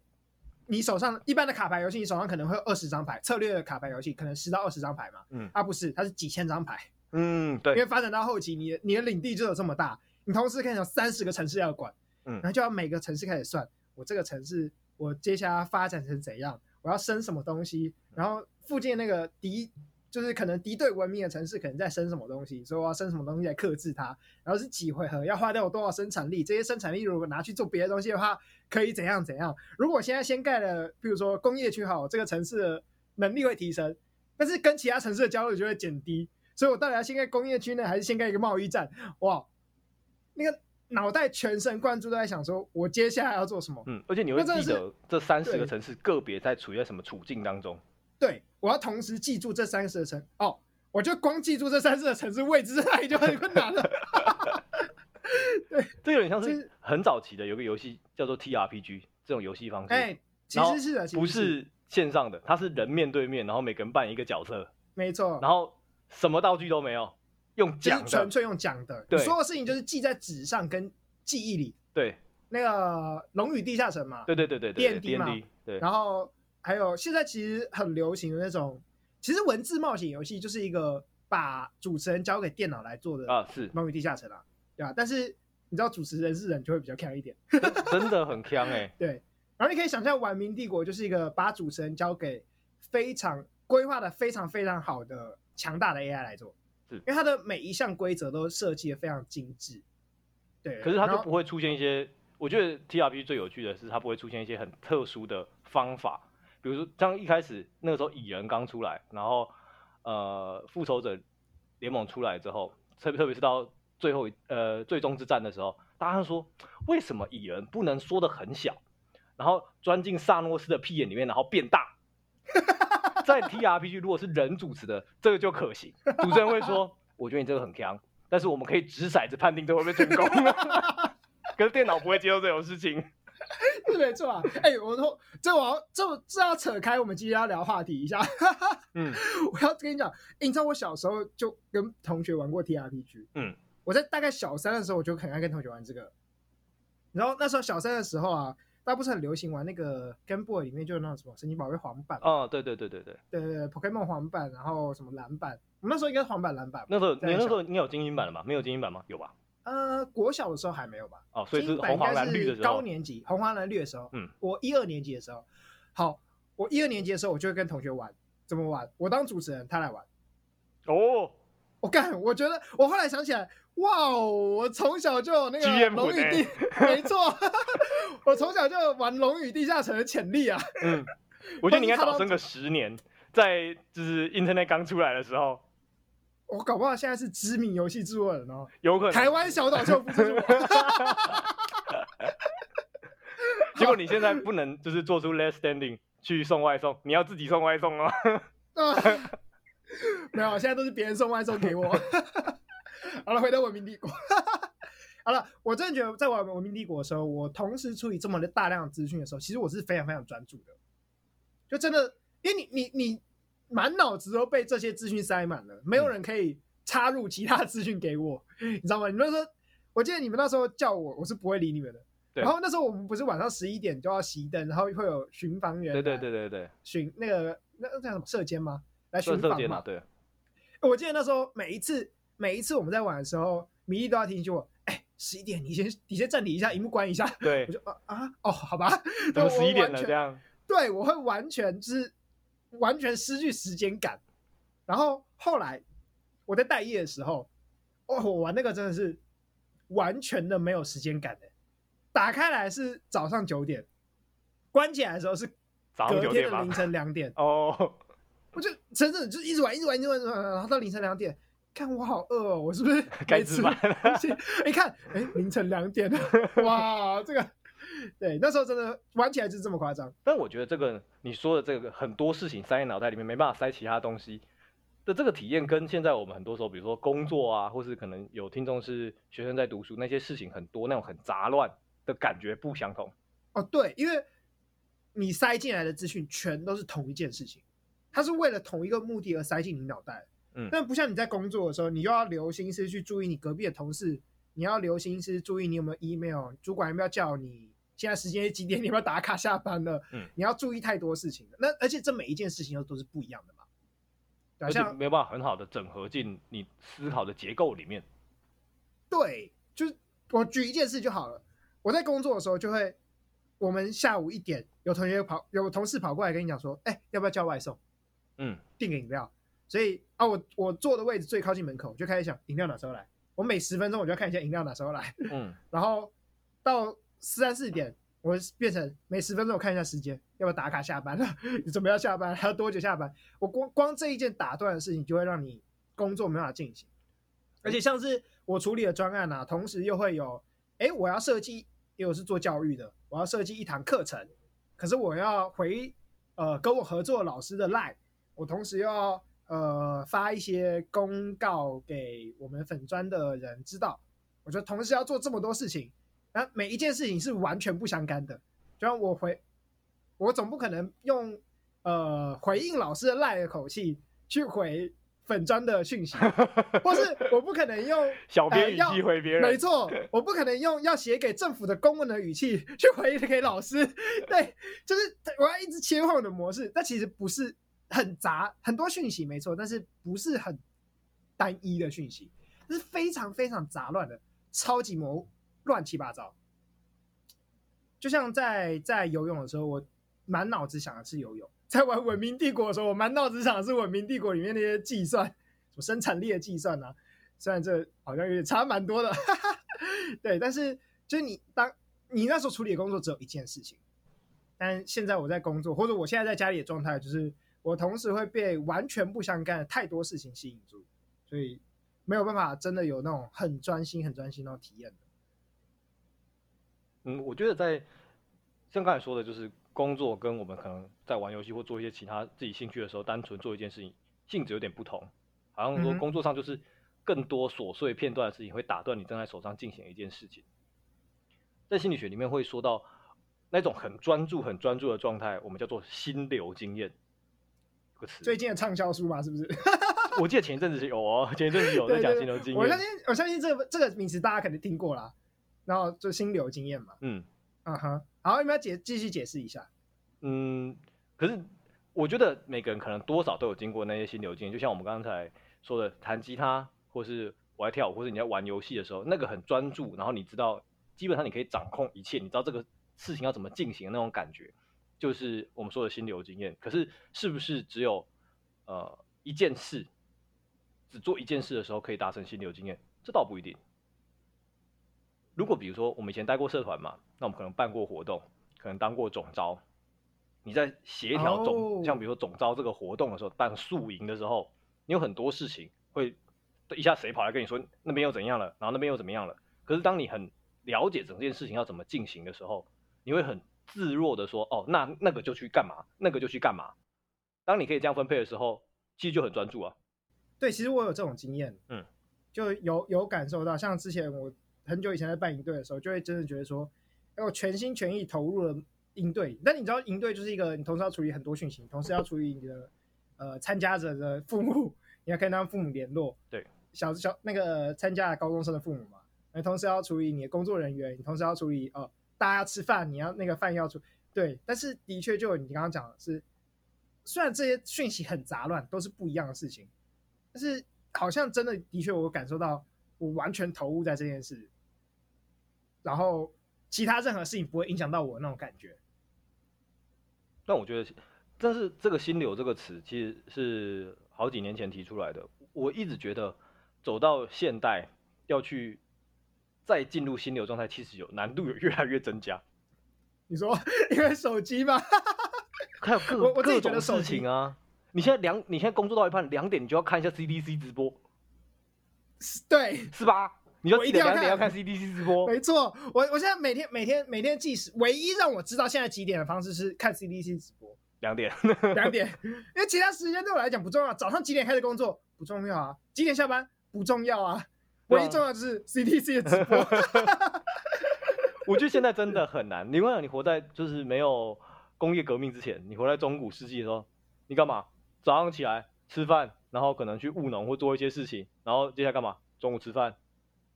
Speaker 2: 你手上一般的卡牌游戏，你手上可能会有二十张牌，策略的卡牌游戏可能十到二十张牌嘛，
Speaker 1: 嗯
Speaker 2: 啊不是，它是几千张牌，
Speaker 1: 嗯，
Speaker 2: 因为
Speaker 1: 对，
Speaker 2: 发展到后期，你的你的领地就有这么大，你同时可以有三十个城市要管，
Speaker 1: 嗯
Speaker 2: 然后就要每个城市开始算，我这个城市我接下来发展成怎样，我要生什么东西，
Speaker 1: 嗯
Speaker 2: 然后附近那个敌就是可能敌对文明的城市可能在生什么东西，所以我要生什么东西来克制它，然后是几回合要花掉我多少生产力，这些生产力如果拿去做别的东西的话，可以怎样怎样。如果我现在先盖了，比如说工业区好，这个城市的能力会提升，但是跟其他城市的交流就会减低。所以我到底要先盖工业区呢，还是先盖一个贸易站？哇，那个脑袋全神贯注都在想说，我接下来要做什么？
Speaker 1: 嗯，而且你
Speaker 2: 那
Speaker 1: 会
Speaker 2: 真的
Speaker 1: 记
Speaker 2: 是
Speaker 1: 得这三十
Speaker 2: 对
Speaker 1: 个城市个别在处于在什么处境当中，
Speaker 2: 对我要同时记住这三十个城哦，我就光记住这三十个城市位置在哪里就很困 难了。
Speaker 1: 这有点像
Speaker 2: 就是是
Speaker 1: 很早期的有个游戏叫做 TRPG 这种游戏方式，
Speaker 2: 哎、其
Speaker 1: 然后
Speaker 2: 实是的，其实
Speaker 1: 不是线上的，它是人面对面，然后每个人扮演一个角色，
Speaker 2: 没错，
Speaker 1: 然后什么道具都没有，用
Speaker 2: 就
Speaker 1: 讲
Speaker 2: 是纯
Speaker 1: 的，
Speaker 2: 粹用讲的，
Speaker 1: 对
Speaker 2: 你所有事情就是记在纸上跟记忆里。
Speaker 1: 对
Speaker 2: 那个《龙与地下城》嘛，
Speaker 1: 对对对对对
Speaker 2: D&D 嘛
Speaker 1: D，对，
Speaker 2: 然后还有现在其实很流行的那种，其实文字冒险游戏就是一个把主持人交给电脑来做的《
Speaker 1: 啊是
Speaker 2: 龙与地下城》啊，对吧、但是你知道主持人是人就会比较强一点，
Speaker 1: 真的很强哎、
Speaker 2: 对。然后你可以想象《玩民帝国》就是一个把主持人交给非常规划的非常非常好的强大的 AI 来做，
Speaker 1: 是
Speaker 2: 因为它的每一项规则都设计的非常精致。对，啊
Speaker 1: 可是它
Speaker 2: 然
Speaker 1: 就
Speaker 2: 后
Speaker 1: 不会出现一些，我觉得 T R P 最有趣的是它不会出现一些很特殊的方法，比如说像一开始那个时候蚁人刚出来，然后呃复仇者联盟出来之后，特别特别是到最后一呃最终之战的时候，大家就说为什么蚁人不能缩得很小，然后钻进萨诺斯的屁眼里面，然后变大？在 T R P G 如果是人主持的，这个就可行，主持人会说，我觉得你这个很强。但是我们可以掷骰子判定这会不会成功。可是电脑不会接受这种事情。
Speaker 2: 是没错啊。哎、我说这我要这这要扯开，我们今天要聊话题一下。
Speaker 1: 嗯，
Speaker 2: 我要跟你讲、欸，你知道我小时候就跟同学玩过 TRPG，
Speaker 1: 嗯，
Speaker 2: 我在大概小三的时候我就很爱跟同学玩这个。然后那时候小三的时候啊，大家不是很流行玩那个 Game Boy 里面就有那种什么神奇宝贝黄版，
Speaker 1: 哦，对对对对对，
Speaker 2: 对对对，Pokemon 黄版，然后什么蓝版。我们那时候应该是黄版蓝版吧，
Speaker 1: 那时候你
Speaker 2: 这样
Speaker 1: 那时候你有精英版了吗？没有精英版吗？有吧？
Speaker 2: 呃，国小的时候还没有吧？
Speaker 1: 哦，所以是
Speaker 2: 金版
Speaker 1: 红
Speaker 2: 应
Speaker 1: 黄
Speaker 2: 该
Speaker 1: 蓝绿的
Speaker 2: 是
Speaker 1: 时候
Speaker 2: 高。年级红黄蓝绿的时候，
Speaker 1: 嗯
Speaker 2: 我一二年级的时候，好，我一二年级的时候，我就会跟同学玩，怎么玩？我当主持人，他来玩。
Speaker 1: 哦，
Speaker 2: 我干，我觉得我后来想起来，哇哦，我从小就有那个
Speaker 1: GM
Speaker 2: 《龙与
Speaker 1: 魂欸
Speaker 2: 地》，没错， 我从小就有玩《龙与地下城》的潜力啊。
Speaker 1: 嗯，我觉得你应该早生个十年，在就是 Internet 刚出来的时候，
Speaker 2: 我搞不好现在是知名游戏制作人哦，
Speaker 1: 有可能
Speaker 2: 台。湾小岛秀夫就是我。
Speaker 1: 结果你现在不能就是做出 less standing 去送外送，你要自己送外送哦。
Speaker 2: 啊， 没有，现在都是别人送外送给我。 好了，回到文明帝国。 好了，我真的觉得在玩文明帝国的时候，我同时处理这么的大量的资讯的时候，其实我是非常非常专注的，就真的，因为你你你满脑子都被这些资讯塞满了，没有人可以插入其他资讯给我， 你知道吗？你们说，我记得你们那时候叫我，我是不会理你们的。
Speaker 1: 对
Speaker 2: 然后那时候我们不是晚上十一点就要熄灯，然后会有巡防员，
Speaker 1: 对对对对对，
Speaker 2: 巡那个那那叫什么射监吗？来巡
Speaker 1: 算射
Speaker 2: 访
Speaker 1: 箭
Speaker 2: 嘛
Speaker 1: 啊，。对，
Speaker 2: 我记得那时候每一次每一次我们在玩的时候，米粒都要提醒我，哎，十一点你先你先暂停一下，荧幕关一下。
Speaker 1: 对
Speaker 2: 我，就啊啊哦，好吧，
Speaker 1: 怎么
Speaker 2: 我
Speaker 1: 十一点
Speaker 2: 完
Speaker 1: 了
Speaker 2: 全
Speaker 1: 这样？
Speaker 2: 对我会完全就是完全失去时间感。然后后来我在待业的时候，哦，我玩那个真的是完全的没有时间感的。打开来是早上九点，关起来的时候是
Speaker 1: 早上
Speaker 2: 隔
Speaker 1: 九
Speaker 2: 天
Speaker 1: 点
Speaker 2: 的
Speaker 1: 吧
Speaker 2: 凌？晨两点。
Speaker 1: 哦，
Speaker 2: 我就真的就一直玩，一直玩，一直玩，一直玩然后到凌晨两点，看我好饿哦，我是不是
Speaker 1: 该
Speaker 2: 没吃
Speaker 1: 吃饭 了
Speaker 2: 东西？一看，哎、凌晨两点了，哇，这个，对，那时候真的玩起来就是这么夸张。
Speaker 1: 但我觉得这个你说的这个很多事情塞在脑袋里面，没办法塞其他东西的这个体验，跟现在我们很多时候，比如说工作啊，或是可能有听众是学生在读书，那些事情很多，那种很杂乱的感觉不相同。
Speaker 2: 哦，对，因为你塞进来的资讯全都是同一件事情，它是为了同一个目的而塞进你脑袋。
Speaker 1: 嗯
Speaker 2: 但不像你在工作的时候，你又要留心思去注意你隔壁的同事，你要留心思注意你有没有 email，主管有没有叫你，现在时间是几点，你有没有打卡下班了？
Speaker 1: 嗯
Speaker 2: 你要注意太多事情了。那而且这每一件事情又都是不一样的嘛，对啊、
Speaker 1: 而且
Speaker 2: 像
Speaker 1: 没有办法很好的整合进你思考的结构里面。
Speaker 2: 对，就是我举一件事就好了。我在工作的时候就会，我们下午一点有同学跑，有同事跑过来跟你讲说，哎、要不要叫外送，
Speaker 1: 嗯，
Speaker 2: 订个饮料？所以啊，我我坐的位置最靠近门口，我就开始想饮料哪时候来。我每十分钟我就要看一下饮料哪时候来，
Speaker 1: 嗯，
Speaker 2: 然后到三四点，我变成每十分钟我看一下时间，要不要打卡下班了？ 准备要下班，还要多久下班？我光光这一件打断的事情，就会让你工作没办法进行。而且像是我处理的专案啊，同时又会有，哎，我要设计，因为我是做教育的，我要设计一堂课程，可是我要回呃跟我合作的老师的 line，我同时又要呃发一些公告给我们粉专的人知道，我觉得同时要做这么多事情，那每一件事情是完全不相干的。就像我回，我总不可能用呃回应老师的赖的口气去回粉砖的讯息，或是我不可能用
Speaker 1: 小
Speaker 2: 呃
Speaker 1: 编语
Speaker 2: 要
Speaker 1: 气回别
Speaker 2: 没
Speaker 1: 人，
Speaker 2: 错，我不可能用要写给政府的公文的语气 去回给 老师。对，就是我要一直切换我的模式。但其实不是很杂，很多讯息没错，但是不是很单一的讯息，是非常非常杂乱的，超级模乱七八糟。就像在在游泳的时候，我满脑子想的是游泳； 在玩《文明帝国》的时候，我满脑子想的是《文明帝国》里面那些计算，什么生产力的计算啊，虽然这好像有点差蛮多的，对，但是就是你当你那时候处理的工作只有一件事情，但现在我在工作，或者我现在在家里的状态，就是我同时会被完全不相干的太多事情吸引住，所以没有办法真的有那种很专心、很专心那种体验的。
Speaker 1: 嗯，我觉得在像刚才说的，就是工作跟我们可能在玩游戏或做一些其他自己兴趣的时候，单纯做一件事情性质有点不同。好像说
Speaker 2: 嗯哼
Speaker 1: 工作上就是更多琐碎片段的事情会打断你正在手上进行的一件事情。在心理学里面会说到那种很专注、很专注的状态，我们叫做心流经验。这个词，
Speaker 2: 最近的畅销书嘛，是不是？
Speaker 1: 我记得前一阵子是有哦，前一阵子有在
Speaker 2: 对
Speaker 1: 讲
Speaker 2: 对
Speaker 1: 心流经
Speaker 2: 我相
Speaker 1: 验
Speaker 2: 信，，我相信这个这个名词大家肯定听过啦。然后就心流经验嘛，
Speaker 1: 嗯。
Speaker 2: 嗯哼。好，你们要解继续解释一下。
Speaker 1: 嗯，可是我觉得每个人可能多少都有经过那些心流经验，就像我们刚才说的，弹吉他，或是我在跳舞，或是你在玩游戏的时候，那个很专注，然后你知道，基本上你可以掌控一切，你知道这个事情要怎么进行的那种感觉，就是我们说的心流经验。可是是不是只有呃一件事，只做一件事的时候可以达成心流经验？这倒不一定。如果比如说我们以前待过社团嘛，那我们可能办过活动，可能当过总招，你在协调总
Speaker 2: 哦
Speaker 1: 像比如说总招这个活动的时候，办宿营的时候，你有很多事情会一下谁跑来跟你说那边又怎样了，然后那边又怎么样了。可是当你很了解整件事情要怎么进行的时候，你会很自若的说，哦，那那个就去干嘛，那个就去干嘛。当你可以这样分配的时候，其实就很专注啊。
Speaker 2: 对，其实我有这种经验，
Speaker 1: 嗯，
Speaker 2: 就有有感受到，像之前我很久以前在办营队的时候，就会真的觉得说，哎，我全心全意投入了营队。但你知道，营队就是一个你同时要处理很多讯息，你同时要处理你的呃参加者的父母，你要跟他们父母联络，
Speaker 1: 对，
Speaker 2: 小小那个参加高中生的父母嘛，你同时要处理你的工作人员，你同时要处理哦、呃大家吃饭，你要那个饭要出，对，但是的确就有你刚刚讲的是，虽然这些讯息很杂乱，都是不一样的事情。但是好像真的的确，我感受到我完全投入在这件事，然后其他任何事情不会影响到我那种感觉。
Speaker 1: 对但我觉得，但是这个“心流”这个词其实是好几年前提出来的。我一直觉得，走到现代要去再进入心流状态，其实有难度有越来越增加。
Speaker 2: 你说因为手机吗？
Speaker 1: 还有
Speaker 2: 我
Speaker 1: 各
Speaker 2: 我自己
Speaker 1: 各
Speaker 2: 觉
Speaker 1: 种
Speaker 2: 得手
Speaker 1: 事
Speaker 2: 机
Speaker 1: 情啊！你现在两，你现在工作到一半两点，你就要看一下 CDC 直播，
Speaker 2: 对，
Speaker 1: 是吧？你要
Speaker 2: 我一
Speaker 1: 记
Speaker 2: 定
Speaker 1: 得
Speaker 2: 要
Speaker 1: 两点要
Speaker 2: 看
Speaker 1: 看 CDC 直播。
Speaker 2: 没错，我我现在每天每天每天计时，唯一让我知道现在几点的方式是看 CDC 直播
Speaker 1: 两点，
Speaker 2: 两点，因为其他时间对我来讲不重要。早上几点开始工作不重要啊，几点下班不重要啊，
Speaker 1: 对啊
Speaker 2: 唯一重要就是 CDC 的 直播。
Speaker 1: 我觉得现在真的很难。你问想你活在就是没有工业革命之前，你活在中古世纪的时候，你干嘛？早上起来吃饭，然后可能去务农或做一些事情，然后接下来干嘛？中午吃饭，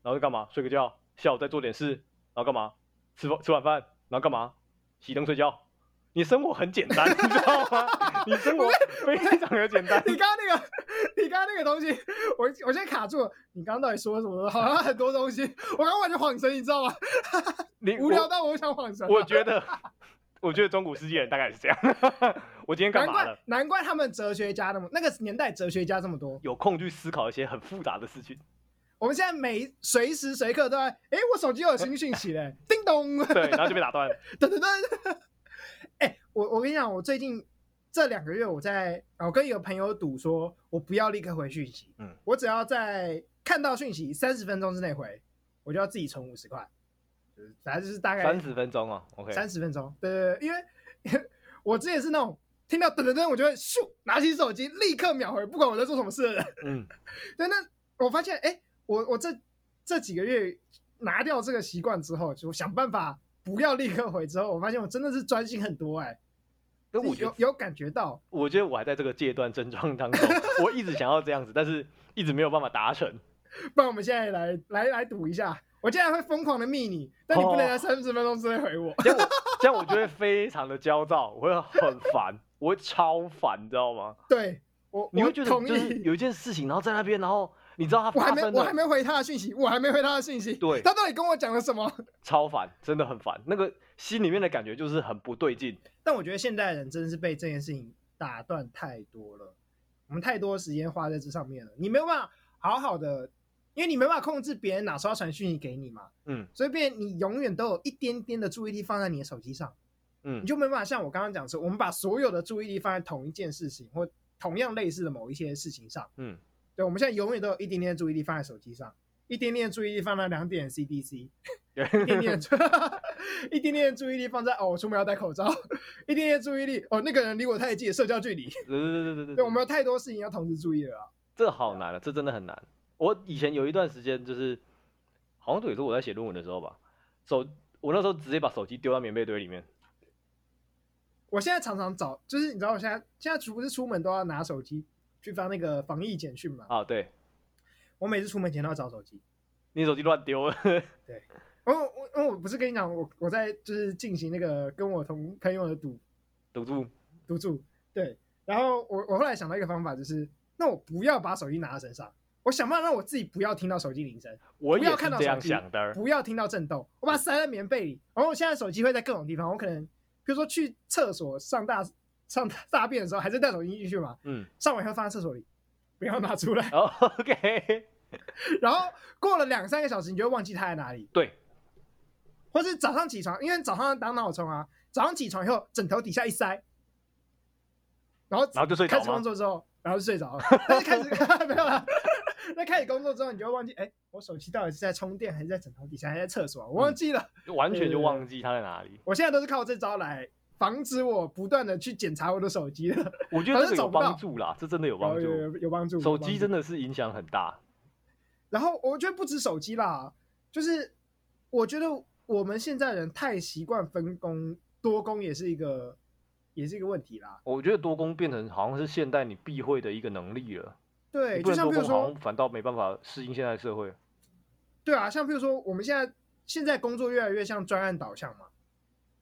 Speaker 1: 然后又干嘛？睡个觉，下午再做点事，然后干嘛？吃饭吃晚饭，然后干嘛？熄灯睡觉。你生活很简单，你 知道吗？你生活非常的简单。
Speaker 2: 你刚刚那个，你刚刚那个东西，我我现在卡住了。你刚刚到底说了什么？好像很多东西，我刚刚完全晃神，你知道吗？
Speaker 1: 你
Speaker 2: 无聊到我想晃神了。
Speaker 1: 我，我觉得，我觉得中古世纪人大概是这样。 我今天干
Speaker 2: 难
Speaker 1: 嘛了
Speaker 2: 怪？难怪他们哲学家那么那个年代哲学家这么多。
Speaker 1: 有空去思考一些很复杂的事情。
Speaker 2: 我们现在每随时随刻都在，哎，我手机又有新讯息嘞，叮咚，
Speaker 1: 对，然后就被打断。
Speaker 2: 噔噔噔。哎，我我跟你讲，我最近这两个月我在，我跟一个朋友赌说，我不要立刻回讯息，
Speaker 1: 嗯
Speaker 2: 我只要在看到讯息三十分钟之内回，我就要自己存五十块，就是反正就是大概
Speaker 1: 三十分钟啊，OK，
Speaker 2: 三十分钟，对对对，因为 我之前是那种听到噔噔噔，我就会咻拿起手机立刻秒回，不管我在做什么事的人。
Speaker 1: 嗯，
Speaker 2: 对，那我发现，哎，我我这这几个月拿掉这个习惯之后，就想办法不要立刻回。之后我发现我真的是专心很多、哎，
Speaker 1: 但我
Speaker 2: 是
Speaker 1: 觉
Speaker 2: 有
Speaker 1: 得，
Speaker 2: 有感觉到，
Speaker 1: 我觉得我还在这个阶段症状当中，我一直想要这样子，但是一直没有办法达成。
Speaker 2: 不然我们现在来来来赌一下，我竟然会疯狂的密你，但你不
Speaker 1: 哦
Speaker 2: 能在三十分钟之内回我。
Speaker 1: 这样我这样我就会非常的焦躁，我会很烦，我会超烦，你知道吗？
Speaker 2: 对我，
Speaker 1: 你
Speaker 2: 我
Speaker 1: 会觉得
Speaker 2: 同
Speaker 1: 就是
Speaker 2: 意。
Speaker 1: 有一件事情，然后在那边，然后你知道它
Speaker 2: 我还
Speaker 1: 发
Speaker 2: 没
Speaker 1: 生
Speaker 2: 我还
Speaker 1: 了，
Speaker 2: 没回他的讯息，我还没回他的讯息。
Speaker 1: 对
Speaker 2: 他到底跟我讲了什么？
Speaker 1: 超烦，真的很烦。那个心里面的感觉就是很不对劲。
Speaker 2: 但我觉得现代人真的是被这件事情打断太多了，我们太多时间花在这上面了，你没有办法好好的，因为你没办法控制别人哪时候要传讯息给你嘛，
Speaker 1: 嗯
Speaker 2: 所以变成你永远都有一点点的注意力放在你的手机上，
Speaker 1: 嗯
Speaker 2: 你，就没办法像我刚刚讲说，我们把所有的注意力放在同一件事情或同样类似的某一些事情上，
Speaker 1: 嗯，
Speaker 2: 对，我们现在永远都有一点点的注意力放在手机上。一点点的注意力放在两点 CDC，一点点注 一点点注意力放在哦，我出门要戴口罩，一点点注意力哦，那个人离我太近，社交距离。
Speaker 1: 对对对对对
Speaker 2: 对，我们有太多事情要同时注意了啊。
Speaker 1: 这好难啊，这真的很难。我以前有一段时间就是，好像也是我在写论文的时候吧，手我那时候直接把手机丢到棉被堆里面。
Speaker 2: 我现在常常找，就是你知道，我现在现在出不是出门都要拿手机去发那个防疫简讯嘛？
Speaker 1: 啊，对，
Speaker 2: 我每次出门前都要找手机。
Speaker 1: 你手机乱丢了。
Speaker 2: 哦，我哦我不是跟你讲，我我在就是进行那个跟我同朋友的赌
Speaker 1: 堵住，
Speaker 2: 赌注，对。然后我我后来想到一个方法，就是那我不要把手机拿在身上，我想办法让我自己不要听到手机铃声，
Speaker 1: 我
Speaker 2: 不
Speaker 1: 也
Speaker 2: 要
Speaker 1: 是
Speaker 2: 看到
Speaker 1: 这样
Speaker 2: 手机
Speaker 1: 想的。
Speaker 2: 不要听到震动，我把它塞在棉被里。然后我现在手机会在各种地方，我可能比如说去厕所上大上大便的时候，还是带手机进去嘛，
Speaker 1: 嗯，
Speaker 2: 上完以后放在厕所里，不要拿出来。
Speaker 1: 然后 OK，
Speaker 2: 然后过了两三个小时，你就会忘记它在哪里，
Speaker 1: 对，
Speaker 2: 或是早上起床，因为早上打脑冲啊，早上起床以后枕头底下一塞，然后
Speaker 1: 然后就睡着
Speaker 2: 开始工
Speaker 1: 吗？
Speaker 2: 作之后，然后就睡着了。但是开始 没有了，那开始工作之后，你就会忘记，哎，我手机到底是在充电，还是在枕头底下，还是在厕所啊？我忘记了。
Speaker 1: 完全就忘记它在哪里。
Speaker 2: 我现在都是靠这招来防止我不断的去检查我的手机了，
Speaker 1: 我觉得
Speaker 2: 反正
Speaker 1: 这个
Speaker 2: 找
Speaker 1: 有
Speaker 2: 不到
Speaker 1: 帮助啦，这真的有帮
Speaker 2: 有有
Speaker 1: 助。
Speaker 2: 有有帮助。
Speaker 1: 手机真
Speaker 2: 的，
Speaker 1: 的是影响很大。
Speaker 2: 然后我觉得不止手机啦，就是我觉得我们现在人太习惯分工多工，也是一个也是一个问题啦。
Speaker 1: 我觉得多工变成好像是现代你必会的一个能力了。
Speaker 2: 对，
Speaker 1: 你不能
Speaker 2: 就像
Speaker 1: 多
Speaker 2: 比如
Speaker 1: 工，好
Speaker 2: 说
Speaker 1: 像，反倒没办法适应现在的社会。
Speaker 2: 对啊，像比如说我们现在现在工作越来越像专案导向嘛，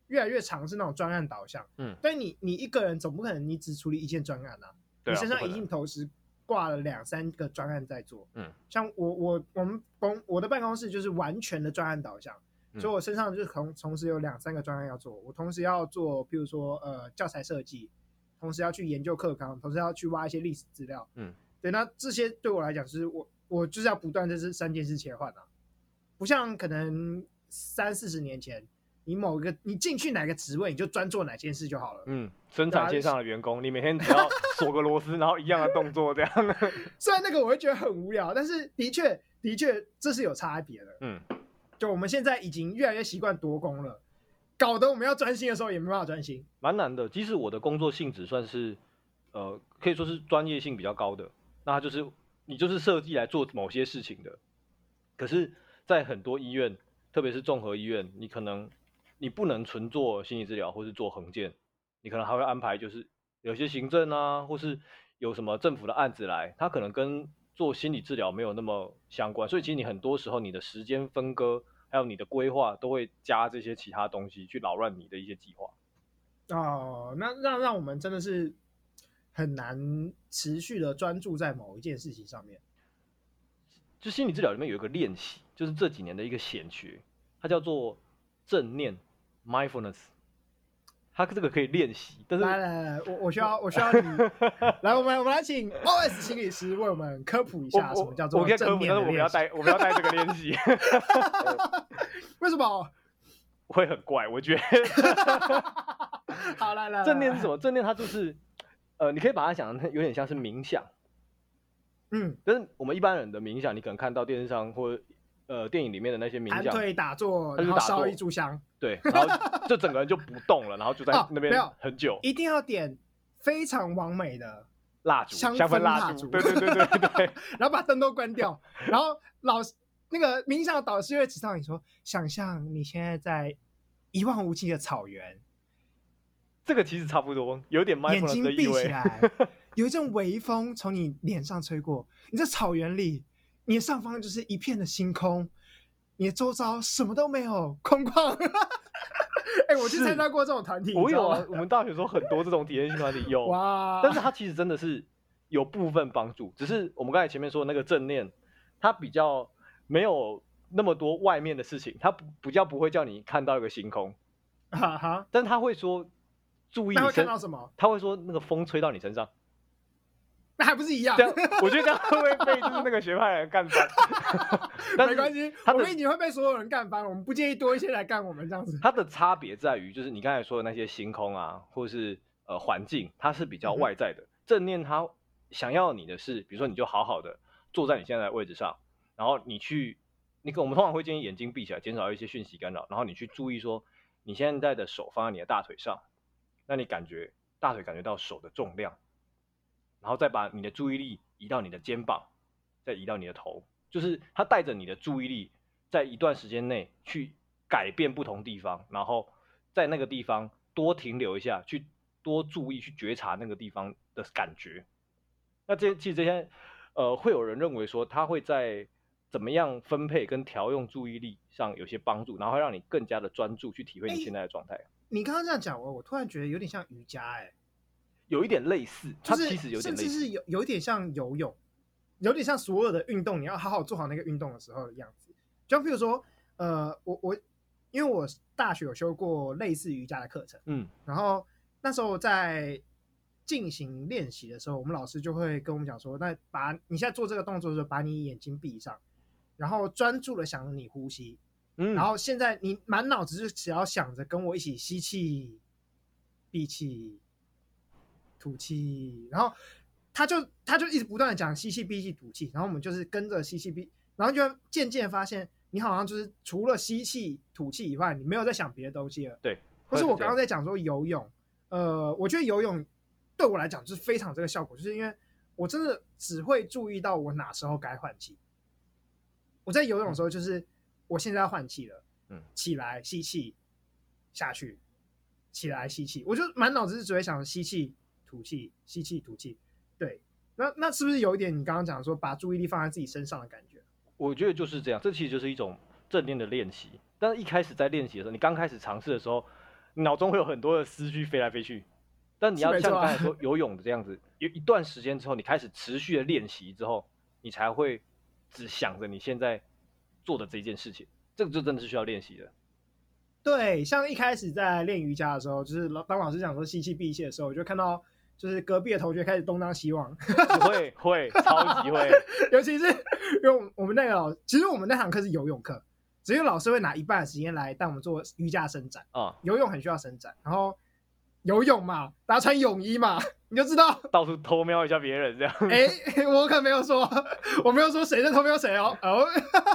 Speaker 2: 越来越尝试那种专案导向。
Speaker 1: 嗯
Speaker 2: 但你你一个人总不可能你只处理一件专案啊，
Speaker 1: 对
Speaker 2: 你
Speaker 1: 啊，
Speaker 2: 身
Speaker 1: 不
Speaker 2: 上
Speaker 1: 可
Speaker 2: 一
Speaker 1: 能
Speaker 2: 定同时挂了两三个专案在做。
Speaker 1: 嗯，
Speaker 2: 像我我我们公我的办公室就是完全的专案导向，
Speaker 1: 嗯
Speaker 2: 所以我身上就是同同时有两三个专案要做，我同时要做，譬如说呃教材设计，同时要去研究课纲，同时要去挖一些历史资料，
Speaker 1: 嗯，
Speaker 2: 对，那这些对我来讲就是我我就是要不断在这三件事切换啊，不像可能三四十年前，你某一个你进去哪个职位你就专做哪件事就好了，
Speaker 1: 嗯，生产线上的员工，你每天只要锁个螺丝，然后一样的动作这样。
Speaker 2: 虽然那个我会觉得很无聊，但是的确的确这是有差别的。
Speaker 1: 嗯，
Speaker 2: 就我们现在已经越来越习惯多工了，搞得我们要专心的时候也没办法专心。
Speaker 1: 蛮难的。即使我的工作性质算是，呃，可以说是专业性比较高的，那它就是你就是设计来做某些事情的。可是，在很多医院，特别是综合医院，你可能你不能纯做心理治疗或是做横件，你可能还会安排就是有些行政啊，或是有什么政府的案子来，它可能跟做心理治疗没有那么相关，所以其实你很多时候你的时间分割。还有你的规划都会加这些其他东西去扰乱你的一些计划。
Speaker 2: 哦，那让让我们真的是很难持续的专注在某一件事情上面。
Speaker 1: 就心理治疗里面有一个练习，就是这几年的一个显学，它叫做正念 （mindfulness）。它这个可以练习，但是
Speaker 2: 来来来，我我需要我需要 你来，我们我们来请 OS 心理师为我们科普一
Speaker 1: 我
Speaker 2: 下什么叫
Speaker 1: 我
Speaker 2: 做
Speaker 1: 我跟科
Speaker 2: 正
Speaker 1: 普，
Speaker 2: 面
Speaker 1: 但是
Speaker 2: 的
Speaker 1: 我不要
Speaker 2: 练习。
Speaker 1: 带，我不要带这个练习，
Speaker 2: 为什么？
Speaker 1: 会很怪。我觉得
Speaker 2: 好，来来，
Speaker 1: 正念是
Speaker 2: 来
Speaker 1: 什？么？正念它就是，呃，你可以把它想成有点像是冥想，
Speaker 2: 嗯，
Speaker 1: 但是我们一般人的冥想，你可能看到电视上或呃电影里面的那些冥
Speaker 2: 盘
Speaker 1: 想，
Speaker 2: 腿打坐，
Speaker 1: 它是
Speaker 2: 然后
Speaker 1: 打
Speaker 2: 烧
Speaker 1: 坐
Speaker 2: 一炷香，
Speaker 1: 对，然后就整个人就不动了，然后就在
Speaker 2: 哦
Speaker 1: 那
Speaker 2: 没
Speaker 1: 边
Speaker 2: 有
Speaker 1: 很久，
Speaker 2: 一定要点非常完美的
Speaker 1: 蜡烛、
Speaker 2: 香
Speaker 1: 香氛
Speaker 2: 氛蜡
Speaker 1: 蜡
Speaker 2: 烛
Speaker 1: 烛，对对对对对。
Speaker 2: 然后把灯都关掉，然后老师那个冥想导师会指导你说：“想象你现在在一望无际的草原，
Speaker 1: 这个其实差不多，有点
Speaker 2: 眼
Speaker 1: mindfulness
Speaker 2: 睛
Speaker 1: 的
Speaker 2: 闭
Speaker 1: 意
Speaker 2: 起
Speaker 1: 味。
Speaker 2: 来，有一阵微风从你脸上吹过，你在草原里，你的上方就是一片的星空，你的周遭什么都没有，空旷。” 哎、我去
Speaker 1: 是
Speaker 2: 参加过这种团体，
Speaker 1: 我
Speaker 2: 你知
Speaker 1: 有
Speaker 2: 道
Speaker 1: 啊
Speaker 2: 吗，
Speaker 1: 我们大学时候很多这种体验性团体有，
Speaker 2: 哇！
Speaker 1: 但是它其实真的是有部分帮助，只是我们刚才前面说的那个正念，它比较没有那么多外面的事情，它不比较不会叫你看到一个星空，
Speaker 2: 哈哈，
Speaker 1: 但他会说注意
Speaker 2: 那
Speaker 1: 你
Speaker 2: 会看
Speaker 1: 身，
Speaker 2: 到什么？
Speaker 1: 他会说那个风吹到你身上，
Speaker 2: 那还不是一样
Speaker 1: 这？样我觉得这样会不会被就是那个学派的人干 翻？但
Speaker 2: 没
Speaker 1: 是
Speaker 2: 关系，
Speaker 1: 他
Speaker 2: 我
Speaker 1: 的
Speaker 2: 们已经会被所有人干翻，我们不介意多一些来干我们这样子。
Speaker 1: 它的差别在于，就是你刚才说的那些星空啊，或是呃环境，它是比较
Speaker 2: 嗯哼
Speaker 1: 外在的。正念它想要你的是，比如说你就好好的坐在你现在的位置上，然后你去，那个我们通常会建议眼睛闭起来，减少一些讯息干扰，然后你去注意说你现在的手放在你的大腿上，那你感觉大腿感觉到手的重量，然后再把你的注意力移到你的肩膀，再移到你的头，就是它带着你的注意力，在一段时间内去改变不同地方，然后在那个地方多停留一下，去多注意去觉察那个地方的感觉。那这其实这些呃，会有人认为说它会在怎么样分配跟调用注意力上有些帮助，然后会让你更加的专注去体会你现在的状态。
Speaker 2: 你刚刚这样讲，我我突然觉得有点像瑜伽、哎，
Speaker 1: 有一点类似，它
Speaker 2: 就是
Speaker 1: 其实有点
Speaker 2: 甚
Speaker 1: 类
Speaker 2: 至
Speaker 1: 似，
Speaker 2: 是有有一点像游泳，有点像所有的运动，你要好好做好那个运动的时候的样子。就譬如说，呃，我我因为我大学有修过类似瑜伽的课程，
Speaker 1: 嗯
Speaker 2: 然后那时候在进行练习的时候，我们老师就会跟我们讲说，那把你现在做这个动作的时候，把你眼睛闭上，然后专注的想着你呼吸，
Speaker 1: 嗯，
Speaker 2: 然后现在你满脑子就只要想着跟我一起吸气、闭气、吐气，然后他就他就一直不断的讲吸气、闭气、吐气，然后我们就是跟着吸气、闭，然后就渐渐发现你好像就是除了吸气、吐气以外，你没有在想别的东西了。
Speaker 1: 对，
Speaker 2: 或是
Speaker 1: 会
Speaker 2: 我
Speaker 1: 这
Speaker 2: 刚
Speaker 1: 样
Speaker 2: 刚在讲说游泳，呃，我觉得游泳对我来讲就是非常这个效果，就是因为我真的只会注意到我哪时候该换气。我在游泳的时候，就是我现在要换气了，
Speaker 1: 嗯，
Speaker 2: 起来吸气，下去，起来吸气，我就满脑子只会想吸气、吐气、吸气、吐气。对，那那是不是有一点你刚刚讲说把注意力放在自己身上的感觉？
Speaker 1: 我觉得就是这样，这其实就是一种正念的练习。但是一开始在练习的时候，你刚开始尝试的时候，你脑中会有很多的思绪飞来飞去。但你要
Speaker 2: 是没
Speaker 1: 像
Speaker 2: 错
Speaker 1: 你
Speaker 2: 啊
Speaker 1: 刚才说游泳的这样子，有一段时间之后，你开始持续的练习之后，你才会只想着你现在做的这一件事情。这个就真的是需要练习的。
Speaker 2: 对，像一开始在练瑜伽的时候，就是老当老师讲说吸气闭气的时候，我就看到就是隔壁的同学开始东张西望，
Speaker 1: 会会超级会，
Speaker 2: 尤其是因为我们我们那个老，其实我们那堂课是游泳课，只是老师会拿一半的时间来带我们做瑜伽伸展，
Speaker 1: 啊、
Speaker 2: 游泳很需要伸展，然后游泳嘛，大家穿泳衣嘛，你就知道，
Speaker 1: 到处偷瞄一下别人这样。
Speaker 2: 哎、我可没有说，我没有说谁在偷瞄谁哦，哦，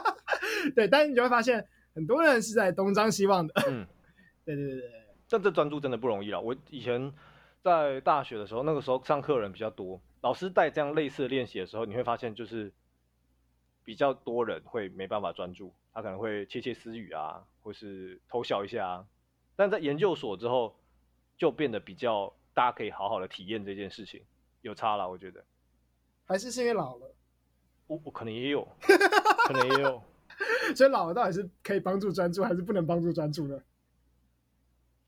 Speaker 2: 对，但是你就会发现很多人是在东张西望的，
Speaker 1: 嗯，
Speaker 2: 对对对对对，
Speaker 1: 但这专注真的不容易了。我以前在大学的时候，那个时候上课人比较多，老师带这样类似的练习的时候，你会发现就是比较多人会没办法专注，他可能会窃窃私语啊，或是偷笑一下啊。但在研究所之后，就变得比较大家可以好好的体验这件事情，有差了，我觉得。
Speaker 2: 还是是因为老了，
Speaker 1: 我我可能 也有，可能也有，
Speaker 2: 所以老了到底是可以帮助专注，还是不能帮助专注呢？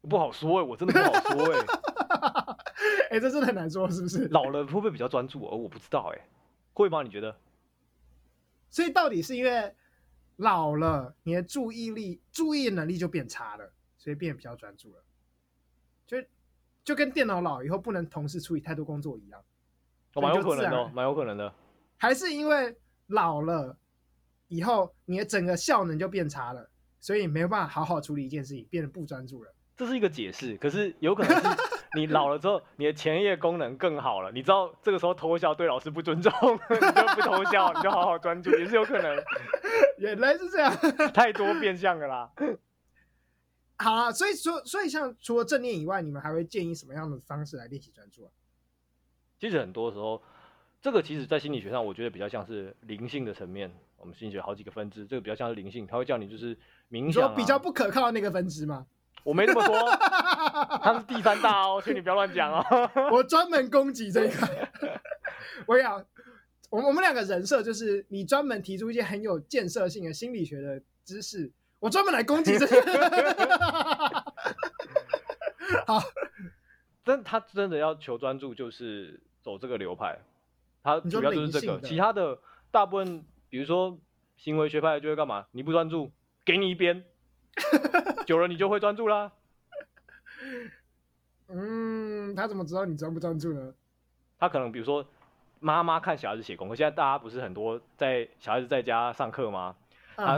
Speaker 1: 不好说哎、我真的不好说哎、
Speaker 2: 哎、这真的很难说，是不是？
Speaker 1: 老了会不会比较专注？哦，我不知道哎、会吗？你觉得？
Speaker 2: 所以到底是因为老了，你的注意力、注意能力就变差了，所以变得比较专注了，就就跟电脑老以后不能同时处理太多工作一样，
Speaker 1: 哦
Speaker 2: 所以
Speaker 1: 蛮有
Speaker 2: 就
Speaker 1: 可
Speaker 2: 自
Speaker 1: 能的
Speaker 2: 然
Speaker 1: 哦，蛮有可能的。
Speaker 2: 还是因为老了以后你的整个效能就变差了，所以没有办法好好处理一件事情，变得不专注了。
Speaker 1: 这是一个解释，可是有可能是你老了之后，你的前叶功能更好了。你知道这个时候偷笑对老师不尊重， 你就不偷笑，你就好好专注，也是有可能。
Speaker 2: 原来是这样，
Speaker 1: 太多变相了啦。
Speaker 2: 好啊，所以说，所以像除了正念以外，你们还会建议什么样的方式来练习专注啊？
Speaker 1: 其实很多时候，这个其实在心理学上，我觉得比较像是灵性的层面。我们心理学好几个分支，这个比较像是灵性，它会叫你就是冥
Speaker 2: 你
Speaker 1: 想、
Speaker 2: 说
Speaker 1: 啊。
Speaker 2: 比较不可靠的那个分支吗？
Speaker 1: 我没这么说，他是第三大哦，劝你不要乱讲哦。
Speaker 2: 我专门攻击这个。 我跟你讲，我们我们两个人设就是你专门提出一些很有建设性的心理学的知识，我专门来攻击这些。
Speaker 1: 但他真的要求专注，就是走这个流派，他
Speaker 2: 你说
Speaker 1: 主要就是这
Speaker 2: 灵
Speaker 1: 个，
Speaker 2: 性的
Speaker 1: 其他的大部分，比如说行为学派就会干嘛？你不专注，给你一 鞭，久了你就会专注啦。
Speaker 2: 嗯，他怎么知道你专不专注呢？
Speaker 1: 他可能比如说妈妈看小孩子写功课，现在大家不是很多在小孩子在家上课吗？
Speaker 2: 啊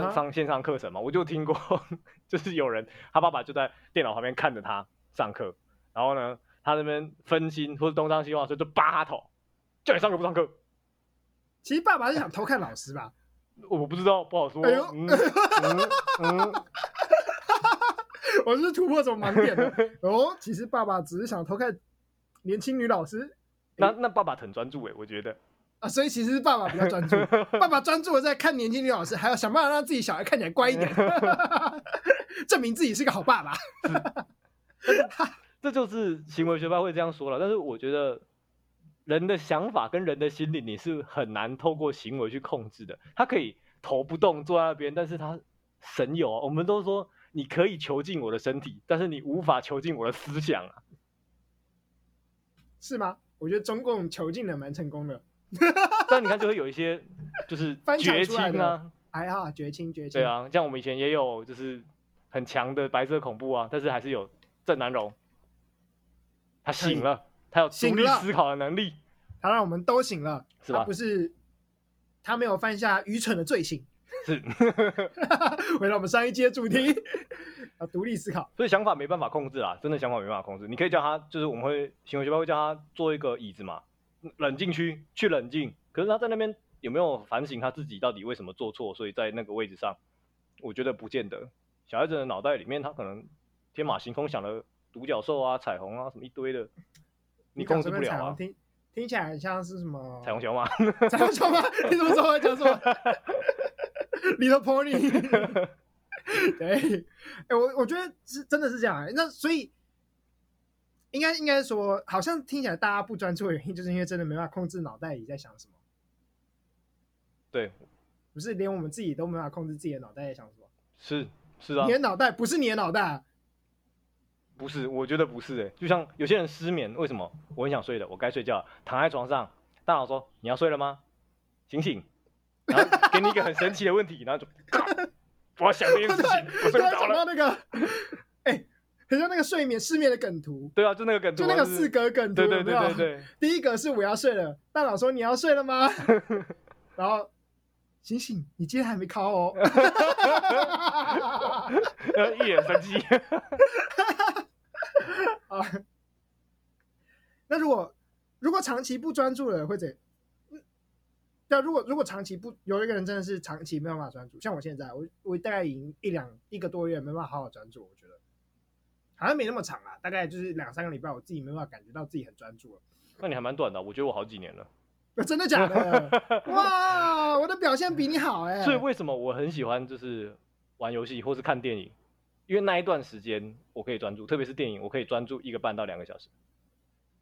Speaker 1: 他
Speaker 2: 哈
Speaker 1: 上线上课程嘛，我就听过， 就是有人他爸爸就在电脑旁边看着他上课，然后呢，他那边分心或是东张西望，所以就扒他头，叫你上课不上课。
Speaker 2: 其实爸爸是想偷看老师吧？
Speaker 1: 我不知道，不好说。
Speaker 2: 哎呦
Speaker 1: 嗯嗯嗯，
Speaker 2: 我是不是突破什么盲点了？哦，其实爸爸只是想偷看年轻女老师
Speaker 1: 那那爸爸很专注哎，我觉得。
Speaker 2: 啊，所以其实是爸爸比较 专注。爸爸专注的在看年轻女老师，还要想办法让自己小孩看起来 乖一点，证明自己是个好爸爸。
Speaker 1: 这就是行为学派会这样说了，但是我觉得人的想法跟人的心理你是很难透过行为去控制的。他可以头不动坐在那边，但是他神游啊。我们都说你可以囚禁我的身体，但是你无法囚禁我的思想啊。
Speaker 2: 是吗？我觉得中共囚禁的蛮成功的。
Speaker 1: 但你看，就会有一些就是
Speaker 2: 翻墙
Speaker 1: 绝
Speaker 2: 出
Speaker 1: 亲
Speaker 2: 来的
Speaker 1: 啊，
Speaker 2: 哎呀，绝情绝情！
Speaker 1: 对，啊，像我们以前也有就是很强的白色恐怖啊，但是还是有郑南荣，他醒了，他有独
Speaker 2: 醒
Speaker 1: 立
Speaker 2: 了
Speaker 1: 思考的能力，
Speaker 2: 他让我们都醒了，
Speaker 1: 是
Speaker 2: 他
Speaker 1: 吧
Speaker 2: 不？是他没有犯下愚蠢的罪行。
Speaker 1: 是，
Speaker 2: 回到我们上一阶主题， 要独立思考。
Speaker 1: 所以想法没办法控制啊，真的想法没办法控制。你可以叫他，就是我们会行为学派会叫他做一个椅子嘛，冷静区去冷静。可是他在那边有没有反省他自己到底为什么做错？所以在那个位置上，我觉得不见得。小孩子的脑袋里面，他可能天马行空想了独角兽啊、彩虹啊什么一堆的，你控制不了
Speaker 2: 讲这个彩虹
Speaker 1: 啊。
Speaker 2: 听听起来很像是什么
Speaker 1: 彩虹小马，
Speaker 2: 彩虹小马？你怎么知道我在 讲什么？Little Pony。对，哎、我我觉得是真的是这样、哎那所以应该应该说，好像听起来大家不专注的原因，就是因为真的没办法控制脑袋里在想什么。
Speaker 1: 对，
Speaker 2: 不是连我们自己都没办法控制自己的脑袋在想什么。
Speaker 1: 是是啊
Speaker 2: 嗯你，的脑袋不是你的脑袋，啊
Speaker 1: 不是，我觉得不是哎、就像有些人失眠，为什么？我很想睡的，我该睡觉了，躺在床上，大脑说你要睡了吗？醒醒，然后给你一个很神奇的问题，然后就咔
Speaker 3: 我要想这件事
Speaker 2: 对，
Speaker 3: 情，我睡
Speaker 2: 突
Speaker 3: 不
Speaker 2: 然
Speaker 3: 着
Speaker 2: 想
Speaker 3: 了。
Speaker 2: 到那个，哎、很像那个睡眠失眠的梗图，
Speaker 1: 对啊，就那个梗图啊，
Speaker 2: 就那个
Speaker 1: 是
Speaker 2: 四，格梗图，
Speaker 1: 对对
Speaker 2: 有没
Speaker 1: 对对
Speaker 2: 有
Speaker 1: 对，
Speaker 2: 第一个是我要睡了，大佬说你要睡了吗？然后醒醒，你今天还没考哦。
Speaker 3: 然 后一脸生气，
Speaker 2: 那如果如果长期不专注了，会怎？嗯对啊，如果如果长期不有一个人真的是长期没有办法专注，像我现在，我我大概已经一两一个多月没办法好好专注，我觉得好像没那么长啊，大概就是两三个礼拜，我自己没办法感觉到自己很专注了。
Speaker 1: 那你还蛮短的，我觉得我好几年了。
Speaker 2: 真的假的？哇，我的表现比你好哎、
Speaker 1: 所以为什么我很喜欢就是玩游戏或是看电影，因为那一段时间我可以专注，特别是电影，我可以专注一个半到两个小时。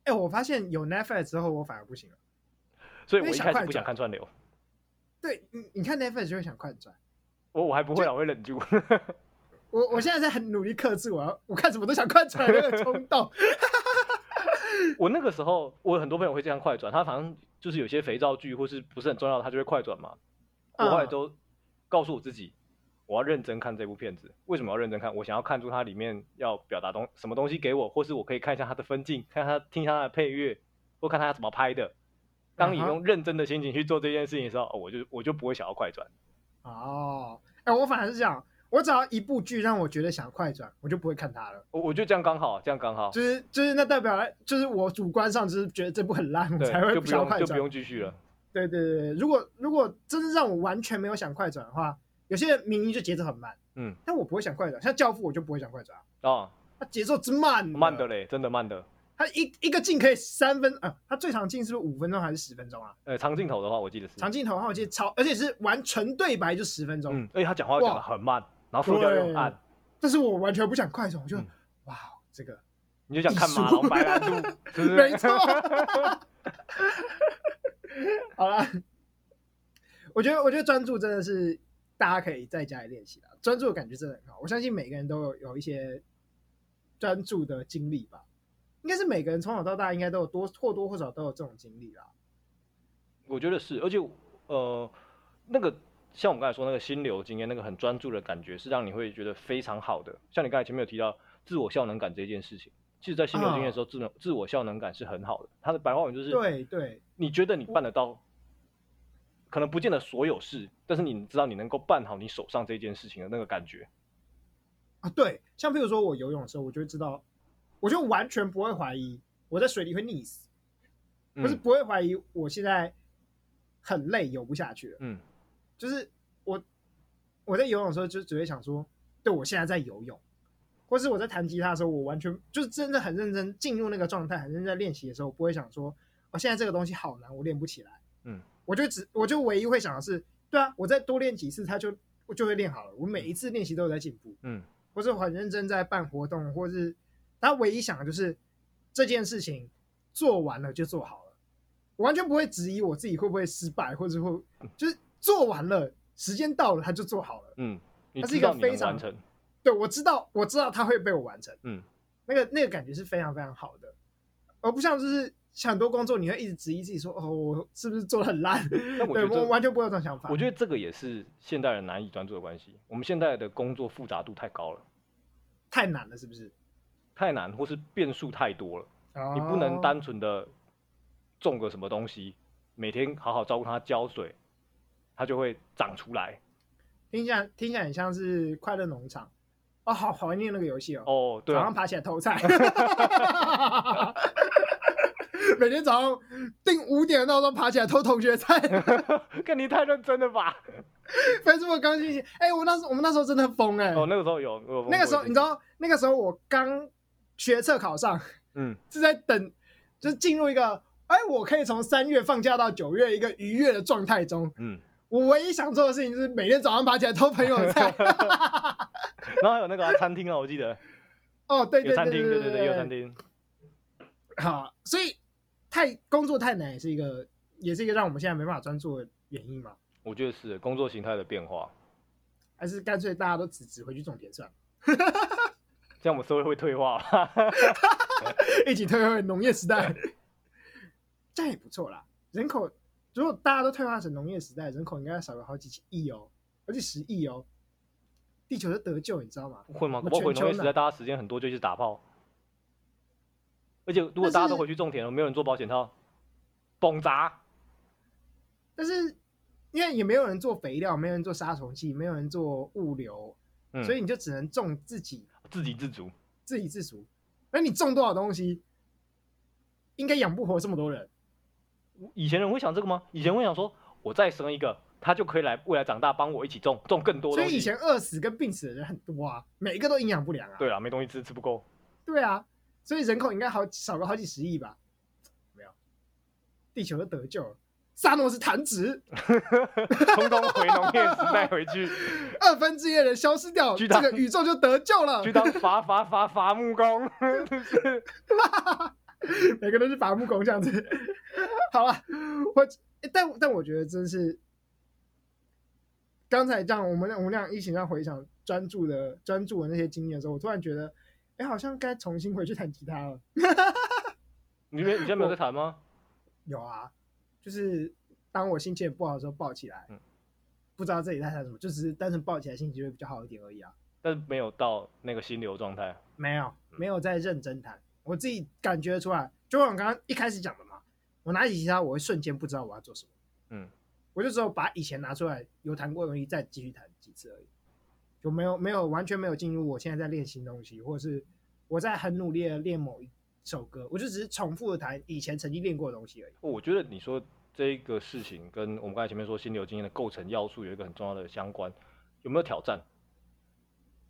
Speaker 2: 哎、我发现有 Netflix 之后，我反而不行了。
Speaker 1: 所以我
Speaker 2: 因为
Speaker 1: 一
Speaker 2: 想
Speaker 1: 开始
Speaker 2: 快
Speaker 1: 不想
Speaker 2: 转
Speaker 1: 看串流，
Speaker 2: 对，你你看 Netflix 就会想快转。
Speaker 1: 我我还不会啊，我会忍住。
Speaker 2: 我我现在在很努力克制我要，我看什么都想快转的那个冲动。
Speaker 1: 我那个时候，我很多朋友会这样快转，他反正就是有些肥皂剧或是不是很重要的，他就会快转嘛。我后来
Speaker 2: 嗯
Speaker 1: 都告诉我自己，我要认真看这部片子。为什么要认真看？我想要看出它里面要表达东什么东西给我，或是我可以看一下它的分镜，看它听一下它的配乐，或看它怎么拍的。当你
Speaker 2: 嗯哼
Speaker 1: 用认真的心情去做这件事情的时候，哦我就我就不会想要快转。
Speaker 2: 哦，哎、我反而是这样，我只要一部剧让我觉得想快转，我就不会看它了。
Speaker 1: 我我觉得这样刚好，啊这样刚好，
Speaker 2: 就是就是那代表就是我主观上就是觉得这部很烂，我才
Speaker 1: 对，
Speaker 2: 会
Speaker 1: 就不
Speaker 2: 不想要
Speaker 1: 用
Speaker 2: 快
Speaker 1: 就不
Speaker 2: 转。
Speaker 1: 用继续了。
Speaker 2: 对对对，对如果如果真的让我完全没有想快转的话，有些人明明就节奏很慢，
Speaker 1: 嗯，
Speaker 2: 但我不会想快转。像《教父》，我就不会想快转，啊
Speaker 1: 哦，
Speaker 2: 它节奏之慢，
Speaker 1: 慢的嘞，真的慢的。
Speaker 2: 他一一个镜可以三分啊，他最长镜是不是五分钟还是十分钟啊？
Speaker 1: 呃，长镜头的话，我记得是
Speaker 2: 长镜头的话，我记得超，而且是完纯对白就十分钟，
Speaker 1: 嗯，而且他讲话讲的
Speaker 2: 哇
Speaker 1: 很慢，然后色调又很暗，
Speaker 2: 但是我完全不想快转，我就、
Speaker 1: 嗯
Speaker 2: 哇，这个
Speaker 1: 你就想看马龙白兰 度，是不
Speaker 2: 没
Speaker 1: 是？
Speaker 2: 错。好啦，我觉得我觉得专注真的是大家可以在家里练习的，专注的感觉真的很好。我相信每个人都有有一些专注的经历吧，应该是每个人从小到大应该都有多或多或少都有这种经历啦。
Speaker 1: 我觉得是，而且呃，那个像我们刚才说那个心流经验，那个很专注的感觉，是让你会觉得非常好的。像你刚才前面有提到自我效能感这件事情，其实，在心流经验的时候，自能自我效能感是很好的。它的白话文就是，
Speaker 2: 啊对对，
Speaker 1: 你觉得你办得到，可能不见得所有事，但是你知道你能够办好你手上这件事情的那个感觉。
Speaker 2: 啊，对，像譬如说我游泳的时候，我就会知道，我就完全不会怀疑我在水里会溺死，不是
Speaker 1: 嗯
Speaker 2: 不会怀疑我现在很累游不下去了，
Speaker 1: 嗯，
Speaker 2: 就是我我在游泳的时候就只会想说，对我现在在游泳，或是我在弹吉他的时候，我完全就是真的很认真进入那个状态，很认真在练习的时候，我不会想说，我、现在这个东西好难，我练不起来，
Speaker 1: 嗯，
Speaker 2: 我就只我就唯一会想的是，对啊，我再多练几次，它就我就会练好了，我每一次练习都有在进步，
Speaker 1: 嗯，
Speaker 2: 或是很认真在办活动，或是他唯一想的就是这件事情做完了就做好了，我完全不会质疑我自己会不会失败，或者会就是做完了，时间到了他就做好了。
Speaker 1: 嗯，你
Speaker 2: 它是一
Speaker 1: 知
Speaker 2: 个
Speaker 1: 道你能
Speaker 2: 非常
Speaker 1: 完成，
Speaker 2: 对我知道，我知道他会被我完成，
Speaker 1: 嗯，
Speaker 2: 那个那个感觉是非常非常好的，而不像就是很多工作你会一直质疑自己说哦，我是不是做的很烂？
Speaker 1: 但我觉
Speaker 2: 对
Speaker 1: 得这
Speaker 2: 我完全不会有这种想法。
Speaker 1: 我觉得这个也是现代人难以专注的关系。我们现在的工作复杂度太高了，
Speaker 2: 太难了，是不是？
Speaker 1: 太难，或是变数太多了，你不
Speaker 2: 哦
Speaker 1: 能单纯的种个什么东西，每天好好照顾它浇水，它就会长出来。
Speaker 2: 听起来听起来很像是快乐农场，哦，好怀念那个游戏哦。
Speaker 1: 哦，对
Speaker 2: 早
Speaker 1: 啊
Speaker 2: 上，爬起来偷菜， 每天早上定五点的闹钟爬起来偷同 学菜。
Speaker 1: 看你太认真了吧？
Speaker 2: Facebook 刚进行，哎、我那时候我们那时候真的很疯哎、
Speaker 1: 哦，那个时候有，我有碰
Speaker 2: 那个
Speaker 1: 过
Speaker 2: 时候
Speaker 1: 这
Speaker 2: 你知道，那个时候我刚学测考上，
Speaker 1: 嗯，
Speaker 2: 是在等，就是进入一个，哎、我可以从三月放假到九月一个愉悦的状态中。
Speaker 1: 嗯，
Speaker 2: 我唯一想做的事情就是每天早上爬起来偷朋友的 菜。
Speaker 1: 然后还有那个啊、餐厅啊，我记得
Speaker 2: 哦，对
Speaker 1: 有
Speaker 2: 对
Speaker 1: 餐
Speaker 2: 对
Speaker 1: 厅，
Speaker 2: 对
Speaker 1: 对对，有餐厅。
Speaker 2: 好，所以太工作太难也是一个，也是一个让我们现在没办法专注的原因嘛？
Speaker 1: 我觉得是工作形态的变化，
Speaker 2: 还是干脆大家都辞职回去种田算了，
Speaker 1: 这样我们社会会退化吧？
Speaker 2: 一起退回农业时代，这样也不错啦。人口如果大家都退化成农业时代，人口应该少了好几亿哦，好几十亿哦。地球就得救，你知道吗？
Speaker 1: 会吗？
Speaker 2: 那
Speaker 1: 搞不好回
Speaker 2: 全球
Speaker 1: 农业时
Speaker 2: 呢
Speaker 1: 代，大家时间很多，就去打炮。而且如果
Speaker 2: 但
Speaker 1: 大家都
Speaker 2: 是
Speaker 1: 回去种田了，没有人做保险套，崩砸。
Speaker 2: 但是因为也没有人做肥料，没有人做杀虫剂，没有人做物流，
Speaker 1: 嗯，
Speaker 2: 所以你就只能种自己
Speaker 1: 自给自足，
Speaker 2: 自给自足。那你种多少东西，应该养不活这么多人。
Speaker 1: 以前人会想这个吗？以前会想说，我再生一个，他就可以来未来长大帮我一起种，种更多
Speaker 2: 所
Speaker 1: 东西。
Speaker 2: 以以前饿死跟病死的人很多啊，每一个都营养不良啊。
Speaker 1: 对啊，没东西吃，吃不够。
Speaker 2: 对啊，所以人口应该好少个好几十亿吧？没有，地球都得救了。萨诺斯弹指，
Speaker 3: 通通回农业时代回去，
Speaker 2: 二分之一的人消失掉，
Speaker 1: 巨
Speaker 2: 这
Speaker 1: 大
Speaker 2: 个宇宙就得救了。
Speaker 1: 去当伐伐伐伐木工，
Speaker 2: 每个都是伐木工这样子。 好了，我欸但但我觉得真是，刚才这样我们俩我们俩一起这样回想专注的专注的那些经验的时候，我突然觉得，哎、好像该重新回去弹吉他了。
Speaker 1: 你没你现在没有在谈吗？
Speaker 2: 有啊，就是当我心情也不好的时候抱起来，
Speaker 1: 嗯
Speaker 2: 不知道自己在弹什么，就只是单纯抱起来心情就会比较好一点而已啊。
Speaker 1: 但是没有到那个心流状态。
Speaker 2: 没有，没有在认真弹，我自己感觉出来，就像我刚刚一开始讲的嘛，我拿起吉他，我会瞬间不知道我要做什么。
Speaker 1: 嗯，
Speaker 2: 我就只有把以前拿出来有弹过的东西再继续弹几次而已，就没有没有完全没有进入我现在在练新东西，或者是我在很努力的练某一首歌，我就只是重复的弹以前曾经练过的东西而已。
Speaker 1: 我觉得你说这个事情跟我们刚才前面说心流经验的构成要素有一个很重要的相关，有没有挑战？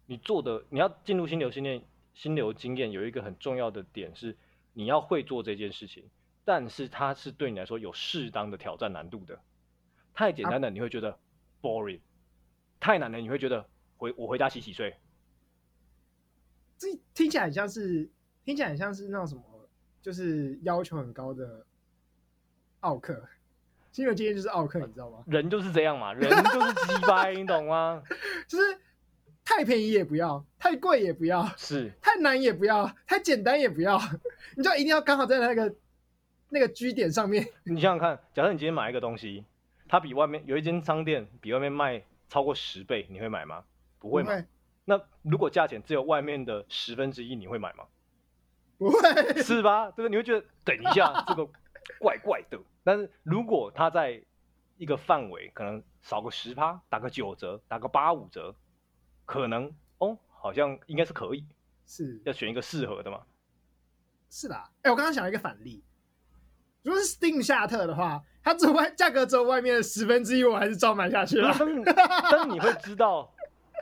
Speaker 1: 你做的你要进入心流经验，心流经验有一个很重要的点是你要会做这件事情，但是它是对你来说有适当的挑战难度的。太简单的你会觉得 boring，、太难了你会觉得回我回家洗洗睡。
Speaker 2: 这听起来很像是听起来很像是那种什么，就是要求很高的奥克， 新的经验就是奥克，你知道吗？
Speaker 1: 人就是这样嘛，人就是鸡掰，你懂吗？
Speaker 2: 就是太便宜也不要，太贵也不要，
Speaker 1: 是，
Speaker 2: 太难也不要，太简单也不要，你就一定要刚好在那个那个居点上面。
Speaker 1: 你想想看，假设你今天买一个东西，它比外面有一间商店比外面卖超过十倍，你会买吗？不会嘛？那如果价钱只有外面的十分之一，你会买吗？
Speaker 2: 不会，不会，
Speaker 1: 是吧？对不对？你会觉得等一下这个怪怪的。但是如果它在一个范围，可能少个十趴，打个九折，打个八五折，可能哦，好像应该是可以，
Speaker 2: 是
Speaker 1: 要选一个适合的嘛。
Speaker 2: 是啦。哎、我刚刚想了一个反例，如果是 Steam 夏特的话，它只有外价格只有外面的十分之一，我还是照买下去 了
Speaker 1: 但。是你但是你会知道，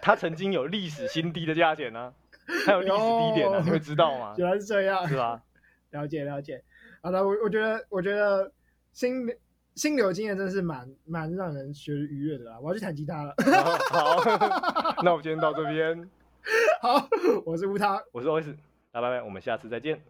Speaker 1: 它曾经有历史新低的价钱呢、还有历史低点呢、啊
Speaker 2: 哟
Speaker 1: 你会知道吗？
Speaker 2: 原来是这样，
Speaker 1: 是吧？
Speaker 2: 了解了解。好的，我我觉得我觉得心心流经验真的是蛮蛮让人觉得愉悦的啦。我要去弹吉他了。
Speaker 1: 好， 那我们今天到这边，
Speaker 2: 好，我是吴涛，
Speaker 1: 我是 OS，那拜拜，我们下次再见。